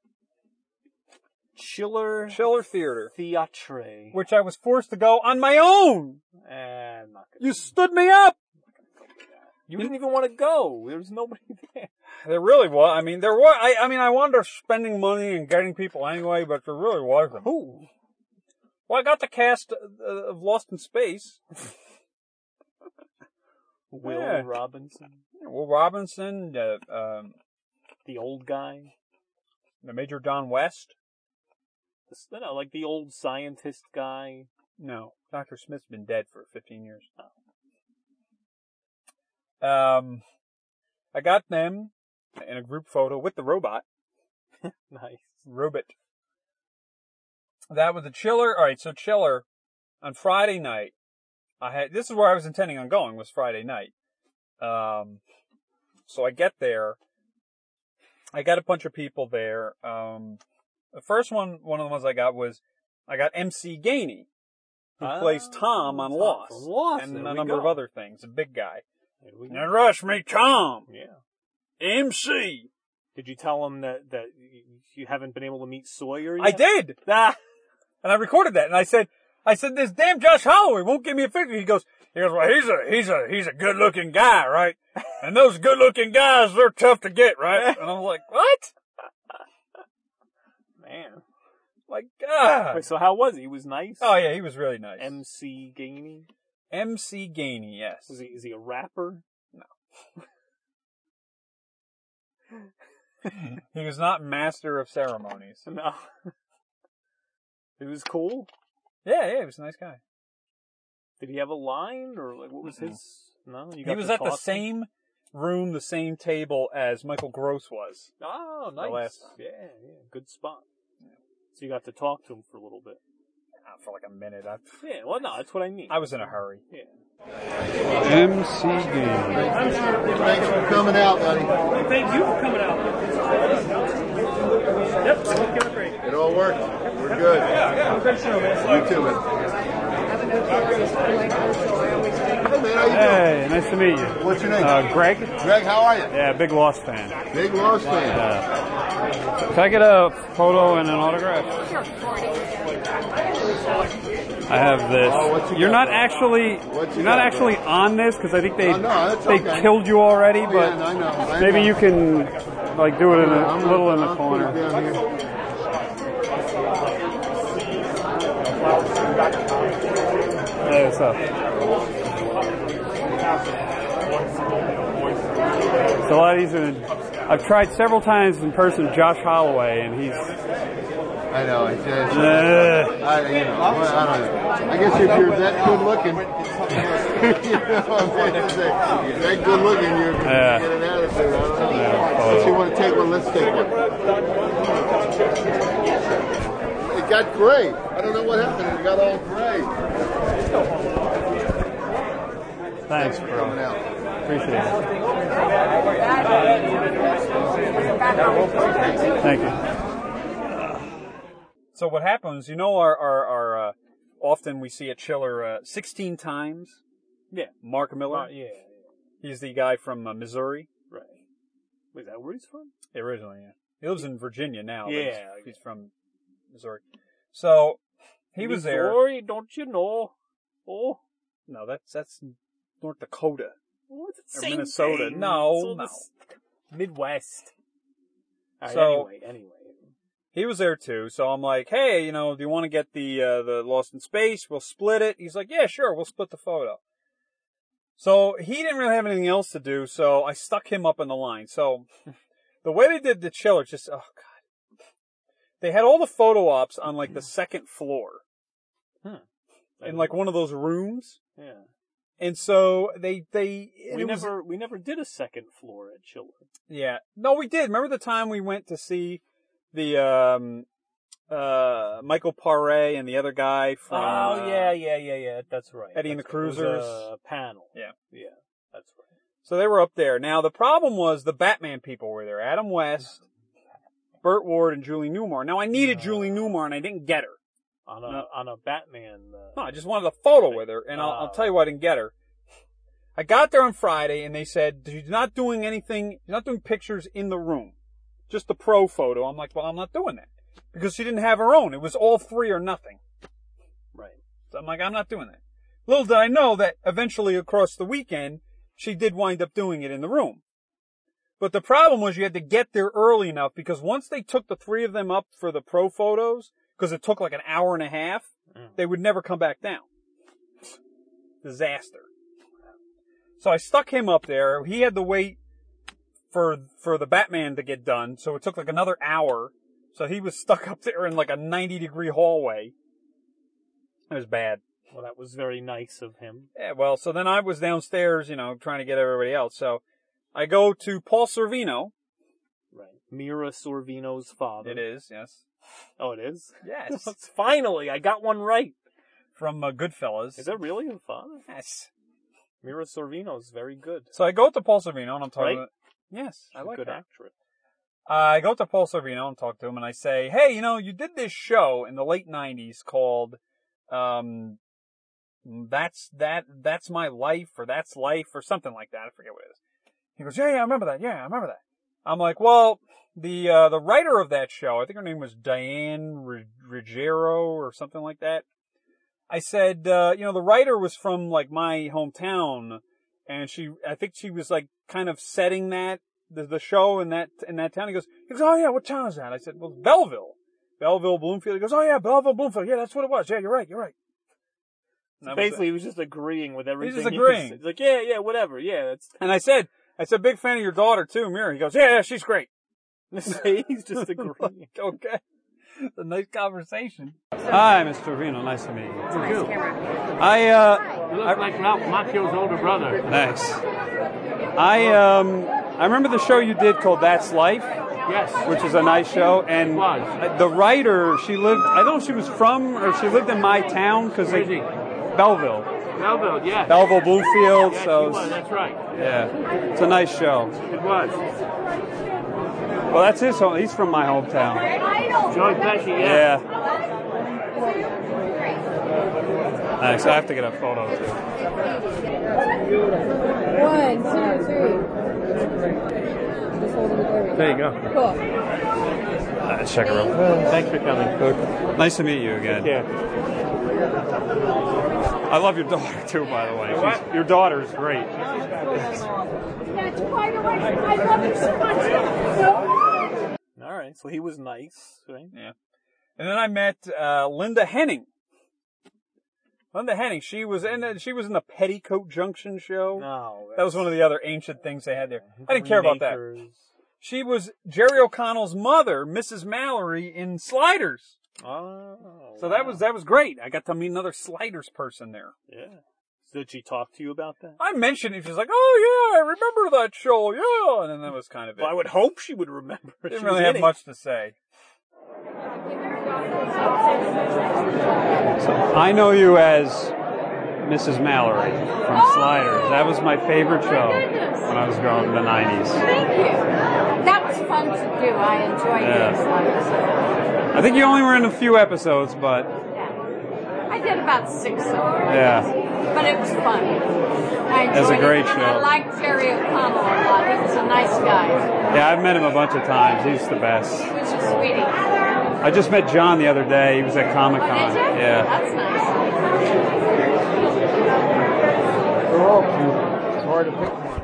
B: Chiller.
C: Chiller Theater,
B: Theatre.
C: which I was forced to go on my own.
B: Eh, I'm not gonna.
C: You stood me up.
B: You didn't even want to go. There was nobody there.
C: There really was. I mean, there were. I, I mean, I wonder if spending money and getting people anyway, but there really wasn't.
B: Who?
C: Well, I got the cast uh, of Lost in Space.
B: Will
C: Yeah.
B: Robinson,
C: Will Robinson, uh, um,
B: the old guy.
C: the Major Don West.
B: This- No, no, like the old scientist guy.
C: No, Dr. Smith's been dead for 15 years. Um, I got them in a group photo with the robot.
B: Nice.
C: Robot. That was the chiller. All right, so chiller on Friday night. I had this is where I was intending on going was Friday night. Um, so I get there. I got a bunch of people there. Um, the first one, one of the ones I got was I got MC Gainey, who
B: Ah,
C: plays Tom on
B: Tom
C: Lost,
B: from Lost.
C: and
B: There
C: a
B: we
C: number
B: go.
C: of other things. A big guy.
B: There we go.
C: And rush me, Tom.
B: Yeah.
C: MC.
B: Did you tell him that that you- you haven't been able to meet Sawyer yet? Ah,
C: I did,
B: Nah.
C: and I recorded that, and I said, I said, this damn Josh Holloway won't give me a figure. He goes, he goes, well, he's a, he's a, he's a good-looking guy, right? And those good-looking guys, they're tough to get, right? And I'm like, what?
B: Man.
C: Like, God.
B: Wait, so how was he? He was nice?
C: Oh yeah, he was really nice.
B: MC Gainey?
C: MC Gainey, yes.
B: Is he, is he a rapper?
C: He was not master of ceremonies.
B: No. he was cool?
C: Yeah, yeah, he was a nice guy.
B: Did he have a line? Or like, what was his? No? You got
C: He was
B: to
C: at the
B: talk to him?
C: same room, the same table as Michael Gross was.
B: Oh,
C: the
B: nice.
C: last time.
B: Yeah, yeah. Good spot. So you got to talk to him for a little bit.
C: Ah, For like a minute, I,
B: Yeah, well, no, that's what I mean.
C: I was in a hurry.
B: Yeah.
E: MC Gainey.
F: Thanks for coming out, buddy.
B: Thank you for coming out. Yep, give it great.
F: It all worked. We're good. You too, man. Hey, man, how you
E: Hey, nice to meet you.
F: doing? What's your name?
E: Uh, Greg?
F: Greg, how are you?
E: Yeah, big Lost fan.
F: Big Lost fan.
E: Can I get a photo and an autograph? I have this.
F: Oh, what you
E: you're
F: got,
E: not
F: bro?
E: actually
F: What you
E: you're not
F: got,
E: actually on this because I think they
F: Oh, no, that's
E: they
F: okay.
E: killed you already.
F: Oh,
E: but
F: yeah, I know, I
E: maybe
F: know.
E: you can like do it in a
F: I'm gonna-
E: little in the
F: I'll put it
E: corner.
F: down here.
E: Hey, what's up? It's a lot easier than I've tried several times in person. Josh Holloway, and he's.
F: I know. I just.
E: Uh,
F: I, you know, I don't know. I guess if you're that good looking, you know what I'm trying to say. If you're that good looking, you're going to
E: Yeah.
F: get an attitude. I don't know. If you want to take one, let's take one. It got gray. I don't know what happened. It got all gray.
E: thanks,
F: Coming
E: bro.
F: out.
E: Appreciate it. Thank you.
C: So what happens? You know, our our, our uh, often we see a chiller uh, sixteen times.
B: Yeah.
C: Mark Miller.
B: Uh, yeah, yeah,
C: He's the guy from uh, Missouri
B: right. Wait, is that where he's from?
C: originally. Yeah. He lives in Virginia now. but
B: Yeah,
C: he's-
B: I
C: he's, from Missouri. So he was there.
B: Sorry, don't you know? Oh,
C: No, that's that's North Dakota.
B: what's it
C: Or
B: oh, same
C: Minnesota.
B: thing.
C: No,
B: It's all
C: no. Ah,
B: this Midwest. All right,
C: So-
B: anyway, anyway.
C: He was there too, so I'm like, hey, you know, do you want to get the uh, the Lost in Space? We'll split it. He's like, yeah, sure, we'll split the photo. So he didn't really have anything else to do, so I stuck him up in the line. So the way they did the chiller, just oh god, they had all the photo ops on like the second floor in like one of those rooms,
B: yeah.
C: and so they they
B: We
C: it was-
B: never we never did a second floor at Chiller.
C: Yeah. No, we did. Remember the time we went to see the um uh Michael Paré and the other guy from uh,
B: Oh, yeah, yeah, yeah. That's right.
C: Eddie and
B: That's
C: the
B: right. It was
C: Cruisers.
B: a panel.
C: Yeah.
B: yeah. That's right.
C: So they were up there. Now the problem was the Batman people were there. Adam West, Burt Ward and Julie Newmar. Now I needed Julie Newmar and I didn't get her.
B: On a
C: No.
B: on a Batman. Uh,
C: No, I just wanted a photo with her and I'll, I'll
B: Oh.
C: tell you why I didn't get her. I got there on Friday and they said, you're not doing anything, you're not doing pictures in the room. Just the pro photo. I'm like, well, I'm not doing that because she didn't have her own. It was all three or nothing.
B: Right.
C: So I'm like, I'm not doing that. Little did I know that eventually across the weekend, she did wind up doing it in the room. But the problem was you had to get there early enough because once they took the three of them up for the pro photos, because it took like an hour and a half, they would never come back down. Disaster. So I stuck him up there. He had to wait for, for the Batman to get done. So it took like another hour. So he was stuck up there in like a 90 degree hallway. It was bad.
B: Well, that was very nice of him.
C: Yeah, well, so then I was downstairs, you know, trying to get everybody else. So I go to Paul Servino.
B: Right. Mira Sorvino's father.
C: It is, yes.
B: Oh, it is.
C: Yes.
B: Finally, I got one right.
C: From uh, Goodfellas.
B: Is that really a father?
C: Yes.
B: Mira Sorvino's very good.
C: So I go to Paul Servino and I'm talking
B: Right?
C: about- Yes,
B: She's a good actress.
C: I go up to Paul Sorvino and talk to him, and I say, "Hey, you know, you did this show in the late '90s called um, that's that that's my life or that's life or something like that. I forget what it is." He goes, "Yeah, yeah, I remember that. Yeah, I remember that." I'm like, "Well, the uh, the writer of that show, I think her name was Diane Ri- Ruggiero or something like that." I said, uh, "You know, the writer was from like my hometown, and she, I think she was like kind of setting that." the, the show in that in that town. He goes, he goes, oh yeah, what town is that? I said, well, Belleville, Belleville, Bloomfield. He goes, oh yeah, Belleville, Bloomfield. Yeah, that's what it was. Yeah, you're right, you're right. And that was uh,
B: Basically, he was just agreeing with everything.
C: just
B: he was-
C: agreeing.
B: He's like, yeah, yeah, whatever. Yeah, that's.
C: it. and I said, I said, big fan of your daughter too, Mira. He goes, yeah, yeah, she's great.
B: he's just agreeing.
C: Okay, it's a nice conversation.
E: Hi, Mr. Vino. Nice to meet you.
G: Nice camera.
E: I uh,
H: You look like Ralph Macchio's older brother.
E: thanks. I um, I remember the show you did called That's Life.
H: Yes.
E: which is a nice show. And
H: was.
E: uh, the writer, she lived, I don't know if she was from or she lived in my town because
H: Where is he?
E: Belleville,
H: Melville, yes.
E: Belleville, Bloomfield.
H: yes,
E: so
H: he was. That's right.
E: yeah, it's a nice show.
H: It was.
E: Well, that's his home. He's from my hometown.
H: Joy Pesci, yes.
E: Yeah. Thanks. I have to get a photo too.
G: One, two, three. Just holding it there.
H: There you go.
G: Cool.
E: Uh, check her out.
H: Thanks for coming.
E: Nice to meet you again.
H: Yeah.
E: I love your daughter too, by the way. She's, your daughter's great.
I: That's quite a way. I love it so much. So much.
B: All right, so he was nice, right?
C: And then I met uh, Linda Henning. Linda Henning, she was in the, she was in the Petticoat Junction show.
B: No,
C: That was one of the other ancient things they had there. I didn't care about that.
B: Remakers.
C: She was Jerry O'Connell's mother, Mrs. Mallory, in Sliders.
B: Oh,
C: So that was that was great. I got to meet another sliders person there.
B: yeah. So did she talk to you about that?
C: I mentioned it. She's like, "Oh yeah, I remember that show. Yeah," and then that was kind of it.
B: Well, I would hope she would remember. She was
C: didn't really
B: in
C: have
B: it.
C: much to say.
E: I know you as Mrs. Mallory from Sliders. That was my favorite show
I: goodness.
E: when I was growing up in the 90s.
I: Thank you. That was fun to do. I enjoyed
E: Yeah.
I: doing slides.
E: I think you only were in a few episodes, but
I: Yeah. I did about six of them.
E: yeah.
I: But it was fun. I enjoyed
E: That's a great
I: it. And
E: show.
I: I liked Jerry O'Connell a lot. He was a nice guy.
E: Yeah, I've met him a bunch of times. He's the
I: He
E: best.
I: was a sweetie.
E: I just met John the other day. He was at Comic
I: Oh,
E: Con.
I: did you?
E: Yeah.
I: That's nice.
F: They're all cute. It's hard to pick one.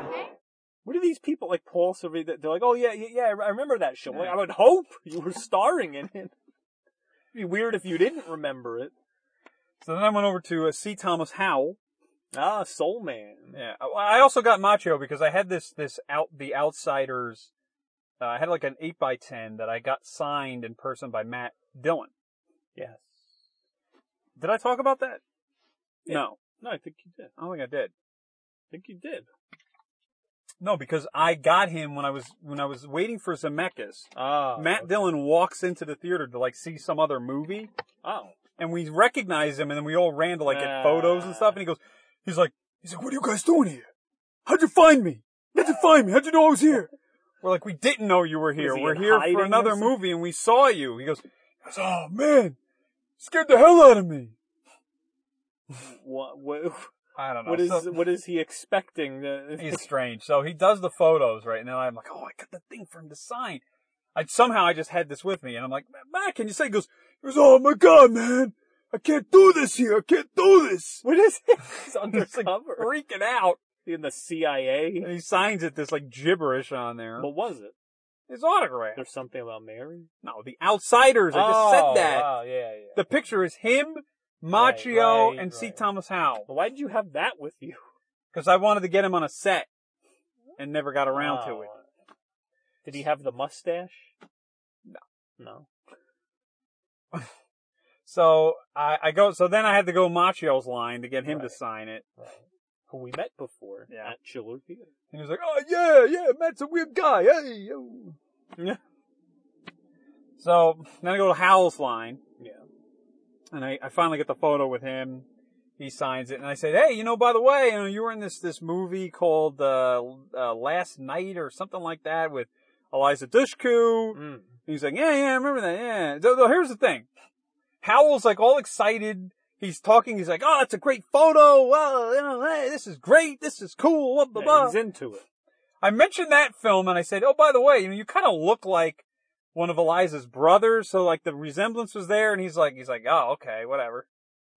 B: What are these people like Paul Survey? They're like, oh yeah, yeah, yeah, I remember that show. I'm Like, I would hope you were starring in it. It'd be weird if you didn't remember it.
C: So then I went over to uh, see Thomas Howell.
B: Ah, Soul Man.
C: Yeah, I I also got Macho because I had this this out the Outsiders. Uh, I had like an eight by ten that I got signed in person by Matt Dillon.
B: Yes.
C: Did I talk about that?
B: Yeah.
C: No,
B: No, I think you did.
C: I don't think I did.
B: I think you did.
C: No, because I got him when I was when I was waiting for Zemeckis.
B: Ah,
C: Matt Dillon walks into the theater to like see some other movie,
B: Oh,
C: and we recognize him, and then we all ran to like get
B: Ah.
C: photos and stuff. And he goes, he's like, he's like, what are you guys doing here? How'd you find me? How'd you find me? How'd you know I was here? We're like, we didn't know you were here.
B: he
C: we're
B: in
C: here
B: hiding
C: for
B: or
C: another
B: something?"
C: movie, and we saw you. He goes, he goes, oh man, scared the hell out of me.
B: what? What,
C: I don't know.
B: what is?
C: some-
B: What is he expecting? Uh, That-
C: He's strange. So he does the photos, right? And then I'm like, oh, I got the thing for him to sign. I somehow I just had this with me, and I'm like, Matt, can you say? He goes, he goes, oh my god, man, I can't do this here. I can't do this.
B: What is it? He's
C: He's like
B: undercover.
C: freaking out,
B: in the CIA.
C: and he signs it this like gibberish on there.
B: What was it?
C: His autograph.
B: There's something about Mary.
C: No, the outsiders. I just
B: Oh,
C: said that.
B: wow, yeah, yeah.
C: The picture is him, Machio,
B: right,
C: and C.
B: right.
C: Thomas Howell,
B: Why did you have that with you?
C: because I wanted to get him on a set, and never got around to it.
B: Oh. Did he have the mustache? No. No.
C: So I, I go. So then I had to go Machio's line to get him to sign it.
B: Who we met before
C: Yeah.
B: at Chiller Theater.
C: And he was like, "Oh yeah, yeah, Matt's a weird guy." Hey, yo.
B: Yeah.
C: So then I go to Howell's line,
B: Yeah.
C: and I, I finally get the photo with him. He signs it, and I said, "Hey, you know, by the way, you know, you were in this this movie called uh, uh, Last Night or something like that with Eliza Dushku.
B: Mm.
C: And he's like, yeah, yeah, I remember that. Yeah. Though, though, here's the thing. Howell's like all excited. He's talking. He's like, oh, it's a great photo. Well, you know, hey, this is great. This is cool. Blah, blah, blah.
B: He's into it.
C: I mentioned that film and I said, oh, by the way, you know, you kind of look like one of Eliza's brothers. So like the resemblance was there. And he's like, he's like, oh, okay, whatever.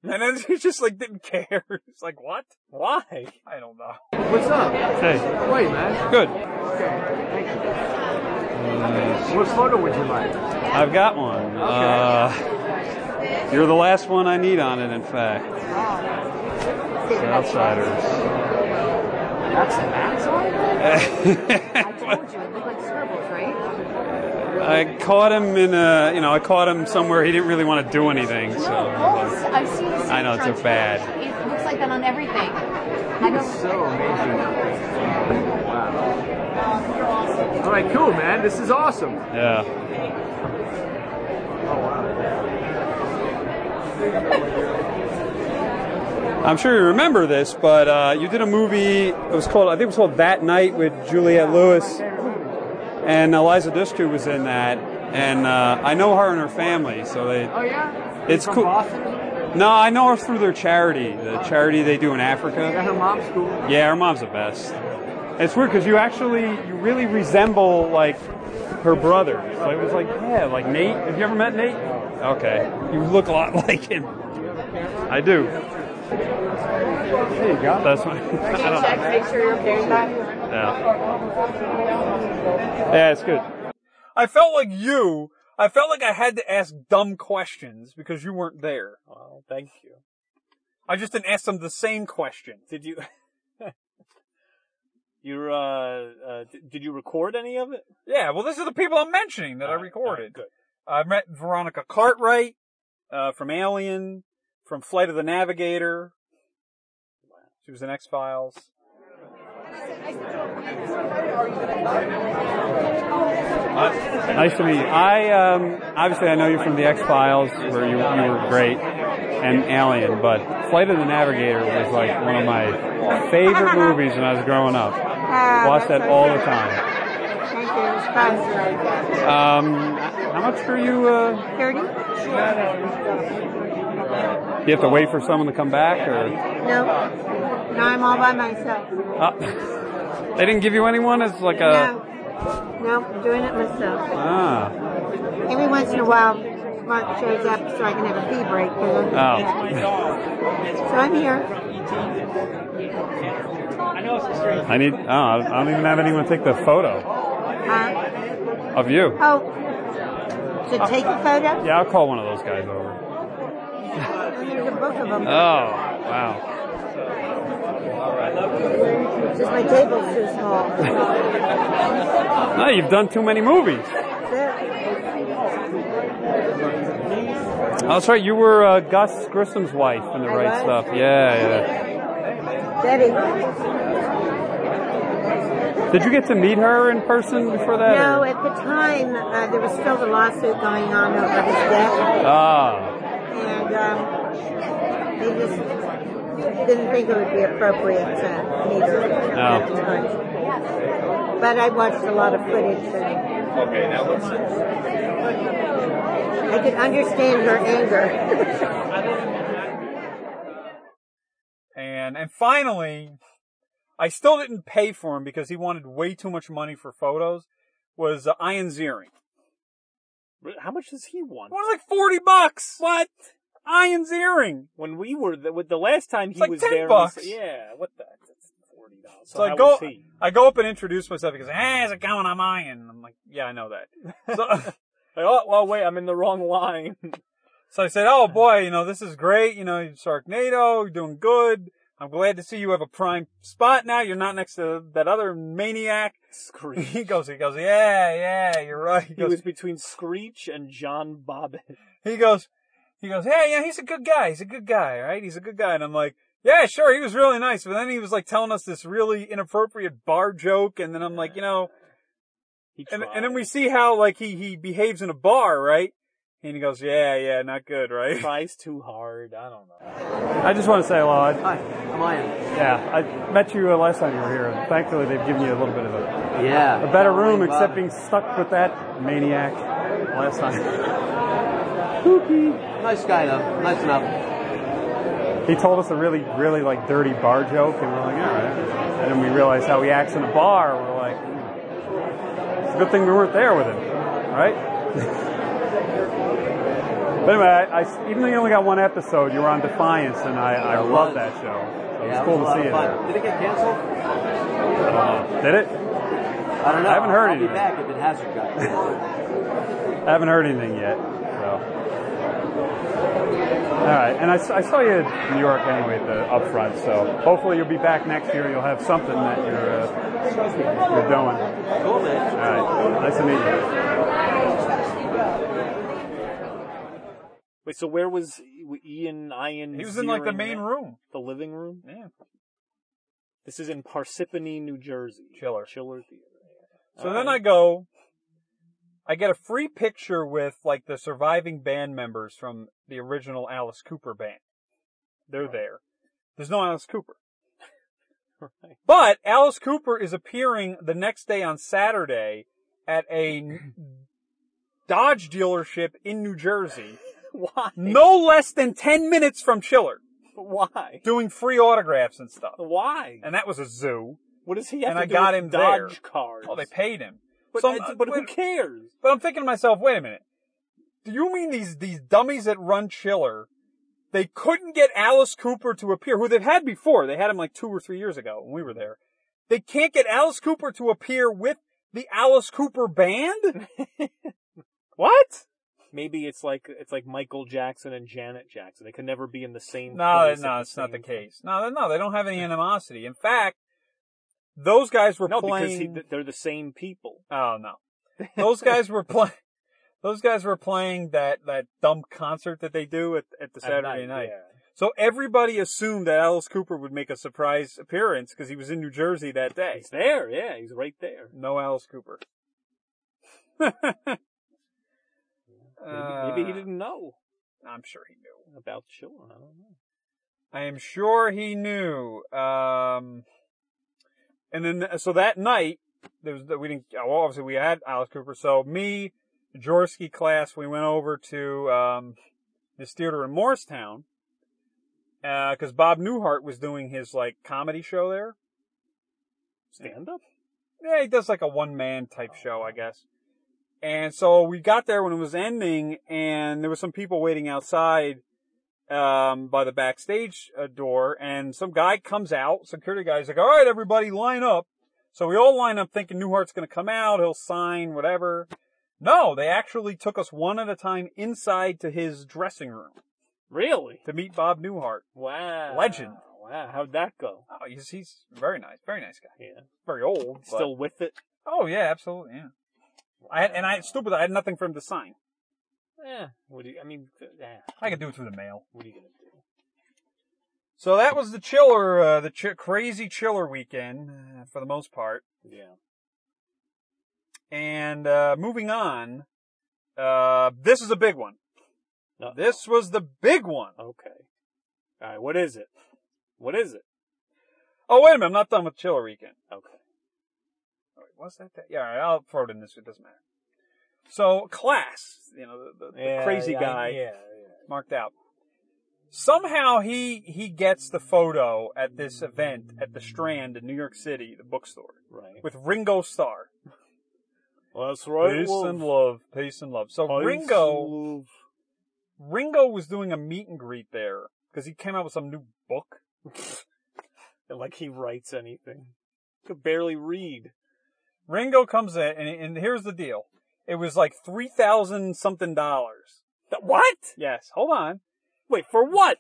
C: And then he just like didn't care. He's like, what?
B: Why?
C: I don't know.
H: What's up?
I: Hey,
H: Wait, man.
I: good.
H: Thank you. What photo would you like?
I: Mm. I've got one. Uh, you're the last one I need on it, in fact.
H: Oh,
I: It's outsiders.
J: That's that's all I
I: I
J: told you, it looked like scribbles, right?
I: caught him in a, you know, I caught him somewhere he didn't really want to do anything. So
J: No, all this, I've seen this.
I: I know, it's
J: picture
I: so
J: on
I: bad.
J: Twitch. It looks like that on everything. I don't.
H: So amazing. Wow. All right, cool, man. This is awesome.
I: yeah, I'm sure you remember this, but uh, you did a movie. It was called, I think it was called That Night with Juliette Lewis, and Eliza Dushku was in that. And uh, I know her and her family, so they
H: Oh yeah.
I: It's
H: From
I: cool.
H: Boston.
I: No, I know her through their charity, the charity they do in
H: Yeah,
I: Africa.
H: her mom's cool.
I: Yeah, her mom's the best. It's weird because you actually, you really resemble like her brother. Like, it was like, yeah, like Nate. Have you ever met Nate? Okay, you look a lot like him. I do.
H: There you go.
I: That's my. I don't
J: Check, make sure you're okay with that.
I: Yeah. yeah, it's good.
C: I felt like you. I felt like I had to ask dumb questions because you weren't there.
B: Well, thank you.
C: I just didn't ask them the same question.
B: Did you? You're, uh, uh, d- did you record any of it?
C: Yeah, well, these are the people I'm mentioning that I recorded.
B: Good.
C: I met Veronica Cartwright uh, from Alien, from Flight of the Navigator. She was in X Files.
I: Nice to meet you. I um, obviously I know you from the X Files, where you, you were great, and Alien, but Flight of the Navigator was like one of my favorite movies when I was growing up.
J: Ah,
I: Watched that all the time.
J: Thank you. It was fun.
I: Um, how much were you? Uh,
J: Thirty?
I: you have to wait for someone to come back, or
J: No. No, I'm all by myself.
I: uh, they didn't give you anyone as like a
J: No, I'm doing it myself.
I: ah
J: Every once in a while, Mark shows up so I can have a pee break.
I: oh.
J: So I'm here.
I: I need. Oh, I don't even have anyone to take the photo
J: Uh,
I: of you.
J: oh, to take a photo?
I: Ah. Yeah, I'll call one of those guys over.
J: And There's a book of
I: Oh,
J: them.
I: wow.
J: Just my table's too small.
I: No, you've done too many movies. Oh, that's right. You were uh, Gus Grissom's wife in the
J: I
I: right
J: was?
I: stuff. Yeah,
J: Debbie.
I: yeah. Did you get to meet her in person before that?
J: No,
I: or-
J: at the time, uh, there was still the lawsuit going on over his death,
I: Ah,
J: and um, they just didn't think it would be appropriate to meet her at the
I: No.
J: time. But I watched a lot of footage. And okay, now let's. I could understand her anger.
C: And and finally, I still didn't pay for him because he wanted way too much money for photos. Was uh, Ian Ziering?
B: Re- How much does he want?
C: It was like forty bucks. What? Ian Ziering.
B: When we were th- with the last time he
C: like
B: was
C: 10
B: there,
C: bucks.
B: We, s- yeah, what the? That's forty dollars. So
C: So I
B: how
C: go,
B: was he?
C: I go up and introduce myself. He goes, "Hey, how's it going? I'm Ian." I'm like, "Yeah, I know that." So,
B: Like, oh, well, wait, I'm in the wrong line.
C: so I said, "Oh boy, you know this is great. You know, you're Sharknado, you're doing good. I'm glad to see you have a prime spot now. You're not next to that other maniac."
B: Screech.
C: He goes, he goes, "Yeah, yeah, you're right." He
B: He
C: goes,
B: was between Screech and John Bobbitt.
C: he goes, he goes, hey, yeah, he's a good guy. He's a good guy, right? He's a good guy. And I'm like, yeah, sure, he was really nice. But then he was like telling us this really inappropriate bar joke. And then I'm like, you know,
B: He
C: and,
B: tried.
C: and then we see how like he, he behaves in a bar, right? And he goes, yeah, yeah, not good, right?
B: Tries too hard. I don't know.
E: I just want to say hello. I,
K: Hi, I'm Ian.
E: Yeah, I met you uh, last time you were here, and thankfully they've given you a little bit of a
K: Yeah.
E: a better
K: Don't worry
E: room,
K: about
E: except
K: it.
E: being stuck with that maniac last time.
K: Nice guy though. Nice enough.
E: he told us a really, really like dirty bar joke, and we're like, all right. And then we realized how he acts in a bar. We're like, "Hmm, it's a good thing we weren't there with him, all right? but anyway, I, I- even though you only got one episode, you were on Defiance, and I, I
K: It was.
E: love that show.
K: Yeah,
E: So it's
K: it was
E: cool
K: a
E: to
K: lot
E: see
K: of
E: you
K: fun.
E: there.
K: Did it get canceled?
E: Uh, Did it?
K: I don't know.
E: I haven't heard
K: I'll
E: anything.
K: be back if it hasn't got.
E: I haven't heard anything yet. So. All right, and I, s- I saw you in New York anyway at the upfront, so hopefully you'll be back next year. You'll have something that you're uh, you're doing.
K: cool man.
E: All right, nice to meet you.
B: Wait, so where was Ian? Ian.
C: He was in like the
B: zeroing
C: main
B: in?
C: room.
B: The living room.
C: Yeah.
B: This is in Parsippany, New Jersey.
C: Chiller.
B: Chiller Theater.
C: So then I go, I get a free picture with like the surviving band members from the original Alice Cooper band. They're there. There's no Alice Cooper.
B: Right.
C: But Alice Cooper is appearing the next day on Saturday at a Dodge dealership in New Jersey,
B: Why?
C: no less than 10 minutes from Chiller,
B: Why?
C: doing free autographs and stuff.
B: Why?
C: And that was a zoo.
B: What does he have
C: and
B: to
C: I
B: do
C: got
B: with
C: him there.
B: Dodge cards?
C: Oh, they uh, paid him.
B: But,
C: So I'm-
B: I- but who
C: wait-
B: cares?
C: But I'm thinking to myself, wait a minute. Do you mean these, these dummies that run Chiller, they couldn't get Alice Cooper to appear, who they've had before. They had him like two or three years ago when we were there. They can't get Alice Cooper to appear with the Alice Cooper band? what?
B: Maybe it's like it's like Michael Jackson and Janet Jackson. They could never be in the same.
C: No,
B: place at
C: no,
B: the
C: it's not the
B: same
C: case. No, no, they don't have any animosity. In fact, those guys were
B: time. No,
C: playing.
B: because he, th- they're the same people.
C: Oh no. Those guys were playing those guys were playing that, that dumb concert that they do at, at the
B: At
C: Saturday night.
B: yeah.
C: So everybody assumed that Alice Cooper would make a surprise appearance because he was in New Jersey that day.
B: He's there. Yeah, he's right there.
C: No Alice Cooper.
B: Maybe, maybe he didn't know
C: Uh, I'm sure he knew.
B: about children. I don't know.
C: I am sure he knew. Um, and then so that night there was we didn't oh, well, obviously we had Alice Cooper. So me, Jaworski class, we went over to um, this theater in Morristown because Bob Newhart was doing his like comedy show there.
B: Stand up.
C: Yeah, he does like a one man type show, I guess. And so we got there when it was ending, and there were some people waiting outside um, by the backstage uh, door, and some guy comes out. Security guy's like, "All right, everybody, line up." So we all line up, thinking Newhart's going to come out. He'll sign whatever. No, they actually took us one at a time inside to his dressing room
B: Really?
C: to meet Bob Newhart.
B: Wow.
C: Legend.
B: Wow. How'd that go?
C: Oh, he's he's very nice, very nice guy.
B: Yeah.
C: Very old, but-
B: Still with it?
C: Oh yeah, absolutely. Yeah. I had, and I stupid. I had nothing for him to sign.
B: Yeah. What do you? I mean, yeah.
C: I could do it through the mail.
B: What are you gonna do?
C: So that was the chiller, uh, the ch- crazy chiller weekend uh, for the most part.
B: Yeah.
C: And uh, moving on, uh, this is a big one.
B: No.
C: This was the big one.
B: Okay. All right. What is it? What is it?
C: Oh wait a minute, I'm not done with chiller weekend.
B: Okay.
C: Oh, wait, What's that? Yeah, all right, I'll throw it in this. It doesn't matter. So class, you know, the, the, the crazy
B: yeah,
C: guy.
B: Yeah.
C: marked out. Somehow he he gets the photo at this event at the Strand in New York City, the bookstore,
B: Right.
C: with Ringo Starr.
B: Well, that's
C: Peace and love, peace and love. So Ringo Ringo was doing a meet and greet there because he came out with some new book.
B: like he writes anything. Could barely read.
C: Ringo comes in and, and here's the deal. It was like three thousand something dollars.
B: Th- What?
C: Yes, hold on.
B: Wait for what?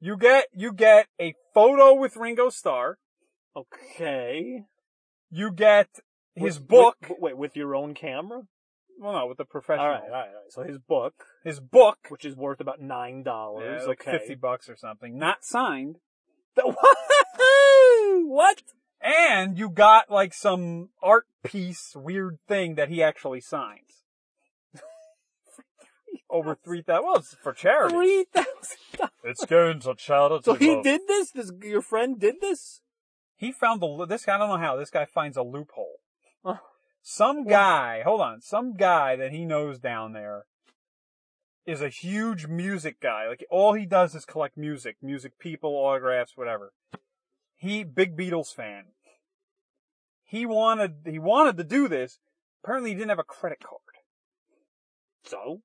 C: You get you get a photo with Ringo Starr.
B: Okay.
C: You get his
B: With-
C: book.
B: with- wait, with your own camera?
C: well, no, with the
B: All
C: professional.
B: right, all right, all right. So his book,
C: his book,
B: which is worth about nine dollars,
L: Oh,
C: yeah, like
B: okay.
C: fifty bucks or something, not signed.
B: what?
C: And you got like some art piece, weird thing that he actually signs. over three thousand. Well, it's for charity.
L: Three thousand.
C: It's going to charity.
L: So he
C: love.
L: did this. This your friend did this.
C: He found the lo- this guy. I don't know how this guy finds a loophole. Some guy, hold on, some guy that he knows down there is a huge music guy. Like all he does is collect music, music people, autographs, whatever. He big Beatles fan. He wanted he wanted to do this. Apparently, he didn't have a credit card. So,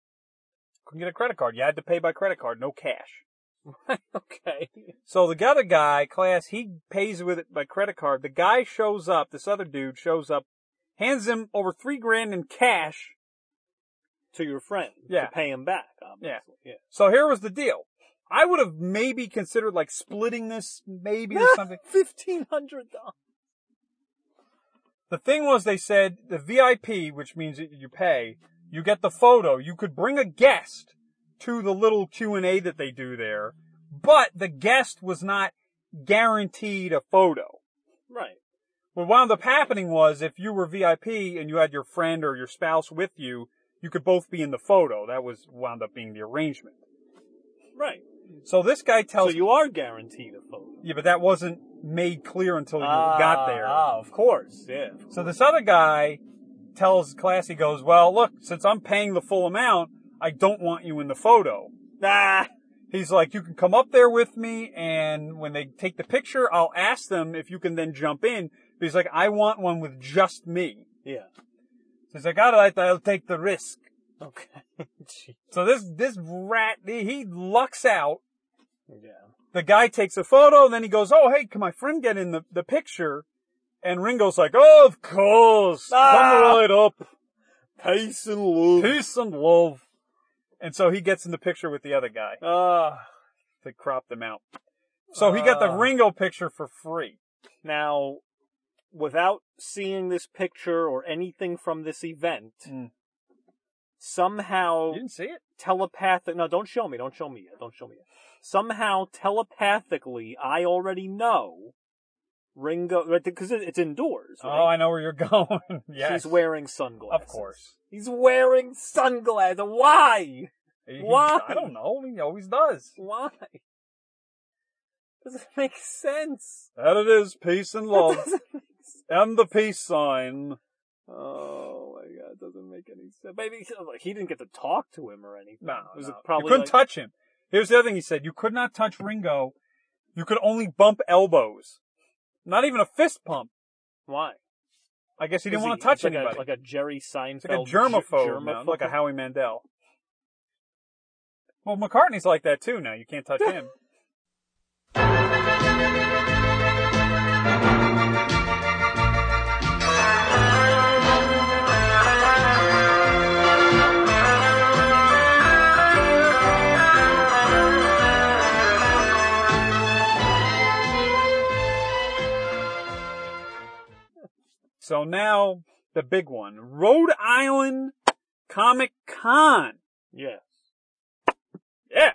C: couldn't get a credit card. You had to pay by credit card, no cash.
B: Okay.
C: So the other guy, class, he pays with it by credit card. The guy shows up, this other dude shows up, hands him over three grand in cash.
B: To your friend.
C: Yeah.
B: To pay him back, obviously.
C: Yeah.
B: Yeah.
C: So here was the deal. I would have maybe considered like splitting this, maybe or something.
B: Fifteen hundred dollars.
C: The thing was, they said the VIP, which means that you pay, you get the photo. You could bring a guest to the little Q and A that they do there, but the guest was not guaranteed a photo.
B: Right.
C: What wound up happening was, if you were VIP and you had your friend or your spouse with you, you could both be in the photo. That was wound up being the arrangement.
B: Right.
C: So this guy tells
B: So you are guaranteed a photo.
C: yeah, but that wasn't made clear until you
B: Ah,
C: got there.
B: Ah, of course. Yeah.
C: So this other guy tells class, he goes, well, look, since I'm paying the full amount, I don't want you in the photo.
B: Nah.
C: He's like, you can come up there with me and when they take the picture, I'll ask them if you can then jump in. But he's like, I want one with just me.
B: Yeah.
C: So he's like, alright, I'll take the risk.
B: Okay. Gee.
C: So this, this rat, he lucks out.
B: yeah.
C: The guy takes a photo, and then he goes, "Oh, hey, can my friend get in the, the picture?" And Ringo's like, "Oh, of course,
B: Ah!
C: come right up,
B: Peace and love.
C: peace and love." And so he gets in the picture with the other guy.
B: Uh,
C: They cropped him out, so he got the
B: Ah.
C: Ringo picture for free.
B: now, without seeing this picture or anything from this event, somehow
C: Mm. You didn't see it?
B: telepathic. No, don't show me. Don't show me yet. Don't show me yet. Somehow telepathically, I already know Ringo because it, it's indoors.
C: Oh,
B: Right?
C: I know where you're going. yes,
B: He's wearing sunglasses.
C: of course.
B: He's wearing sunglasses. Why?
C: He-
B: Why?
C: I don't know. He always does.
B: Why? Doesn't make sense.
C: That it is, peace and love, and the peace sign.
B: Oh my god, it doesn't make any sense. Maybe he- like, he didn't get to talk to him or anything.
C: No,
B: It was
C: no.
B: probably
C: you couldn't
B: like-
C: touch him. Here's the other thing he said: you could not touch Ringo. You could only bump elbows. Not even a fist pump.
B: Why?
C: I guess he didn't
B: Is
C: want to touch
B: he's like
C: anybody.
B: A, like a Jerry Seinfeld.
C: it's like a germaphobe, now, like a Howie Mandel. Well, McCartney's like that too. Now you can't touch him. So now the big one, Rhode Island Comic Con.
B: Yes.
C: Yeah.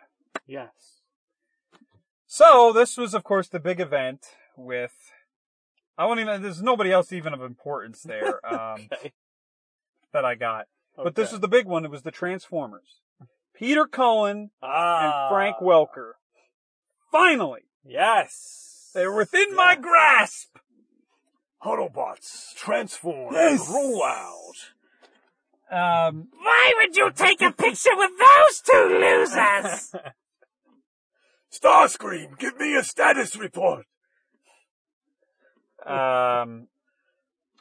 B: Yes.
C: So this was, of course, the big event with. I won't even. There's nobody else even of importance there um, that I got. But this
B: Okay.
C: was the big one. It was the Transformers. Peter Cullen
B: Ah.
C: and Frank Welker. Finally,
B: Yes.
C: they were within my grasp.
B: Autobots transform.
C: Yes.
B: Roll out.
C: Um,
I: Why would you take a picture with those two losers?
D: Starscream, give me a status report.
C: um,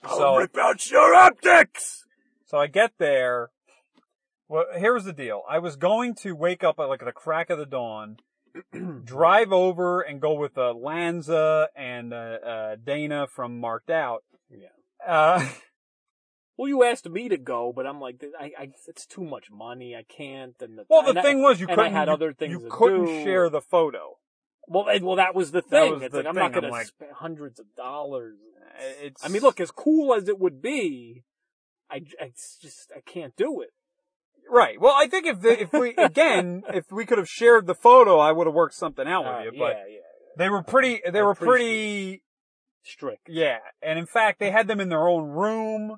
D: I'll
C: So-
D: rip out your optics.
C: So I get there. Well, here's the deal. I was going to wake up at like the crack of the dawn, drive over and go with uh, Lanza and uh, uh, Dana from Marked Out.
B: Yeah.
C: Uh,
B: Well, you asked me to go, but I'm like, I, I, it's too much money. I can't. And the,
C: well, the
B: and I-
C: thing was you
B: and
C: couldn't
B: I had
C: you,
B: other things.
C: you
B: to
C: couldn't
B: do.
C: share the photo.
B: Well, and- well, that was the
C: That
B: thing.
C: was
B: it's
C: the
B: like I'm not
C: thing. I'm
B: going
C: like-
B: to spend hundreds of dollars.
C: It's
B: I mean, look, as cool as it would be, I, I- it's just I can't do it.
C: right. Well, I think if the, if we again if we could have shared the photo, I would have worked something out
B: Uh,
C: with you. But
B: yeah, yeah,
C: they were pretty. They
B: I
C: were
B: appreciate
C: pretty.
B: strict.
C: Yeah, and in fact, they had them in their own room.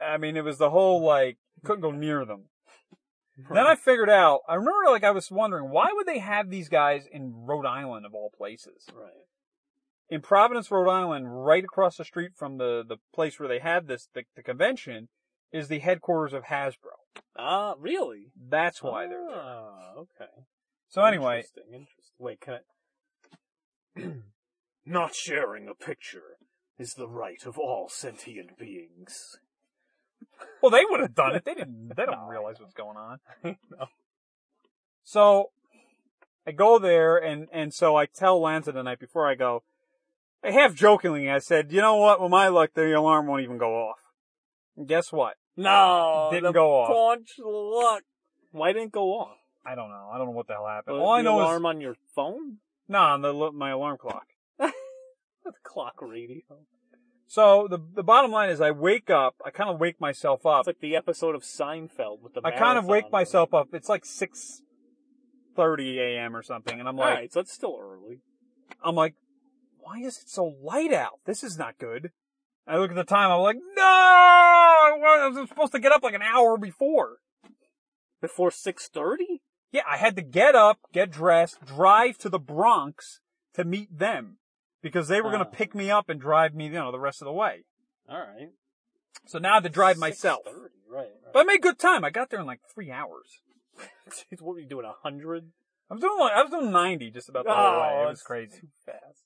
C: I mean, it was the whole like couldn't go near them.
B: Then I figured out. I remember, like, I was wondering why would they have these guys in Rhode Island of all places? Right. In Providence, Rhode Island, right across the street from the the place where they had this the, the convention, is the headquarters of Hasbro.
C: Ah, really?
B: That's why they're there.
C: Ah, okay.
B: So anyway,
C: interesting, interesting. Wait, can I? Not sharing a picture is the right of all sentient beings.
B: Well, they would have done it. They didn't. They don't realize what's going on. So I go there, and and so I tell Lanza the night before I go. I half jokingly, I said, "You know what? With my luck, the alarm won't even go off." And guess what?
C: No,
B: Didn't
C: the
B: go off.
C: Paunch luck. Why didn't it go off?
B: I don't know. I don't know what the hell happened.
C: The-
B: All I
C: the
B: know
C: alarm
B: is
C: on your phone,
B: no, on the lo- my alarm clock.
C: the clock radio.
B: So the the bottom line is, I wake up. I kind of wake myself up.
C: It's like the episode of Seinfeld with the.
B: I kind of
C: marathon.
B: wake myself up. It's like six thirty a.m. or something, and I'm
C: All
B: like,
C: right, so it's still early.
B: I'm like, why is it so light out? This is not good. I look at the time. I'm like, no, I wa- I was supposed to get up like an hour before.
C: Before six thirty?
B: Yeah, I had to get up, get dressed, drive to the Bronx to meet them because they were
C: Oh.
B: going to pick me up and drive me, you know, the rest of the way.
C: All right.
B: So now I had to drive myself.
C: 6:30, Right.
B: But I made good time. I got there in like three hours.
C: right. what were you doing? A hundred?
B: I was doing like, I was doing 90 just about the
C: Oh,
B: whole way. It was
C: that's
B: crazy.
C: Fast.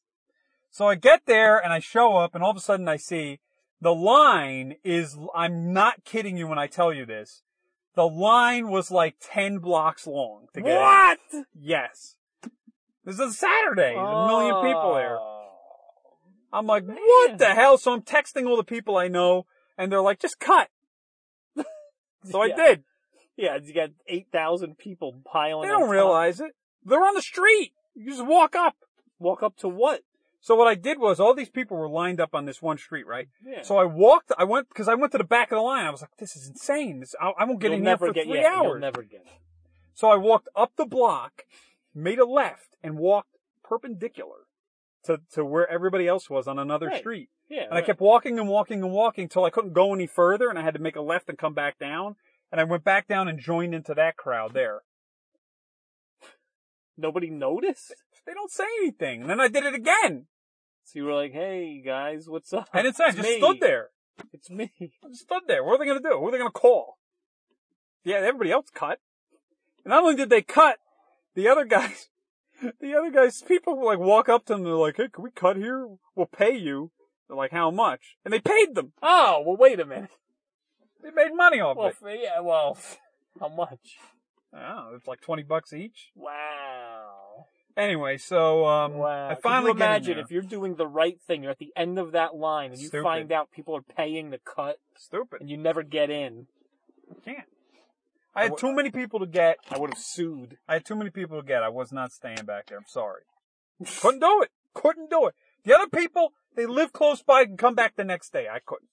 B: So I get there and I show up and all of a sudden I see the line is, I'm not kidding you when I tell you this. The line was like 10 blocks long to get in.
C: What?
B: Yes. This is a Saturday. There's a million people there.
C: Oh,
B: I'm like, what the hell? So I'm texting all the people I know and they're like, just cut. so
C: Yeah.
B: I did.
C: Yeah, you got eight thousand people piling.
B: They
C: on
B: don't
C: top.
B: realize it. They're on the street. You just walk up.
C: Walk up to what?
B: So what I did was all these people were lined up on this one street, right?
C: Yeah.
B: So I walked, I went, cause I went to the back of the line. I was like, this is insane. This, I, I won't get
C: You'll
B: in
C: never
B: here for
C: get
B: three
C: yeah, You'll
B: hours.
C: never get. it.
B: So I walked up the block, made a left, and walked perpendicular to, to where everybody else was on another
C: Right.
B: street.
C: Yeah.
B: And I kept walking and walking and walking till I couldn't go any further and I had to make a left and come back down. And I went back down and joined into that crowd there.
C: Nobody noticed.
B: They don't say anything. And then I did it again.
C: So you were like, "Hey guys, what's up?"
B: And it's, I
C: It's
B: just
C: me.
B: stood there.
C: It's me.
B: I just stood there. What are they going to do? Who are they going to call? Yeah, everybody else cut. And not only did they cut, the other guys, the other guys, people like walk up to them. They're like, "Hey, can we cut here? We'll pay you." They're like, "How much?" And they paid them.
C: Oh well, wait a minute.
B: They made money off
C: Well,
B: it.
C: f- yeah, well, how much?
B: I don't know, it's like twenty bucks each.
C: Wow.
B: Anyway, so um,
C: Wow.
B: I
C: Could
B: finally
C: you imagine
B: get in
C: if you're doing the right thing, you're at the end of that line, and you
B: Stupid.
C: find out people are paying the cut,
B: there. stupid.
C: and you never get in.
B: I can't. I had too many people to get.
C: I would have sued.
B: I had too many people to get. I was not staying back there. I'm sorry. couldn't do it. Couldn't do it. The other people, they live close by and come back the next day. I couldn't.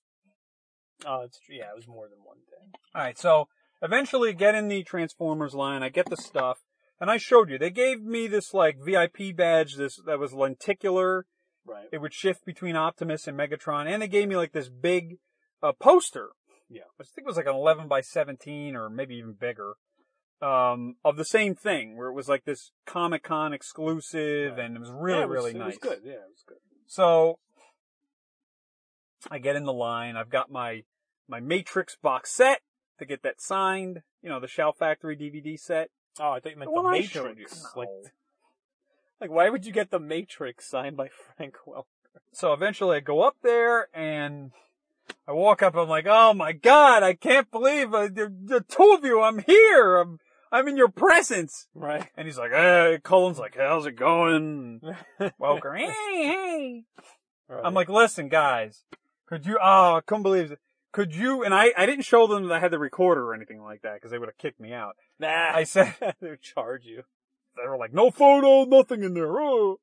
C: Oh, it's true. Yeah, it was more than one day.
B: All right, so eventually get in the Transformers line. I get the stuff, and I showed you. They gave me this like VIP badge. This that was lenticular.
C: Right.
B: It would shift between Optimus and Megatron, and they gave me like this big uh, poster.
C: Yeah.
B: I think it was like an 11 by 17 or maybe even bigger. Um, of the same thing where it was like this Comic Con exclusive, and it was really
C: Yeah, it was-
B: really
C: it
B: nice.
C: was good. Yeah, it was good.
B: So I get in the line. I've got my my Matrix box set to get that signed. You know, the Shell Factory DVD set.
C: Oh, I thought you meant the,
B: one I showed
C: Matrix.
B: you.
C: Like,
B: No.
C: like, why would you get the Matrix signed by Frank Welker?
B: So eventually I go up there and I walk up. I'm like, oh my god, I can't believe uh, the, the two of you. I'm here. I'm I'm in your presence.
C: Right.
B: And he's like, hey, Colin's like, how's it going? Welker, hey, hey. I'm like, listen, guys, could you? Oh, I couldn't believe it. Could you? And I, I didn't show them that I had the recorder or anything like that because they would have kicked me out.
C: nah.
B: I said
C: they would charge you.
B: they were like, no photo, nothing in there. Oh.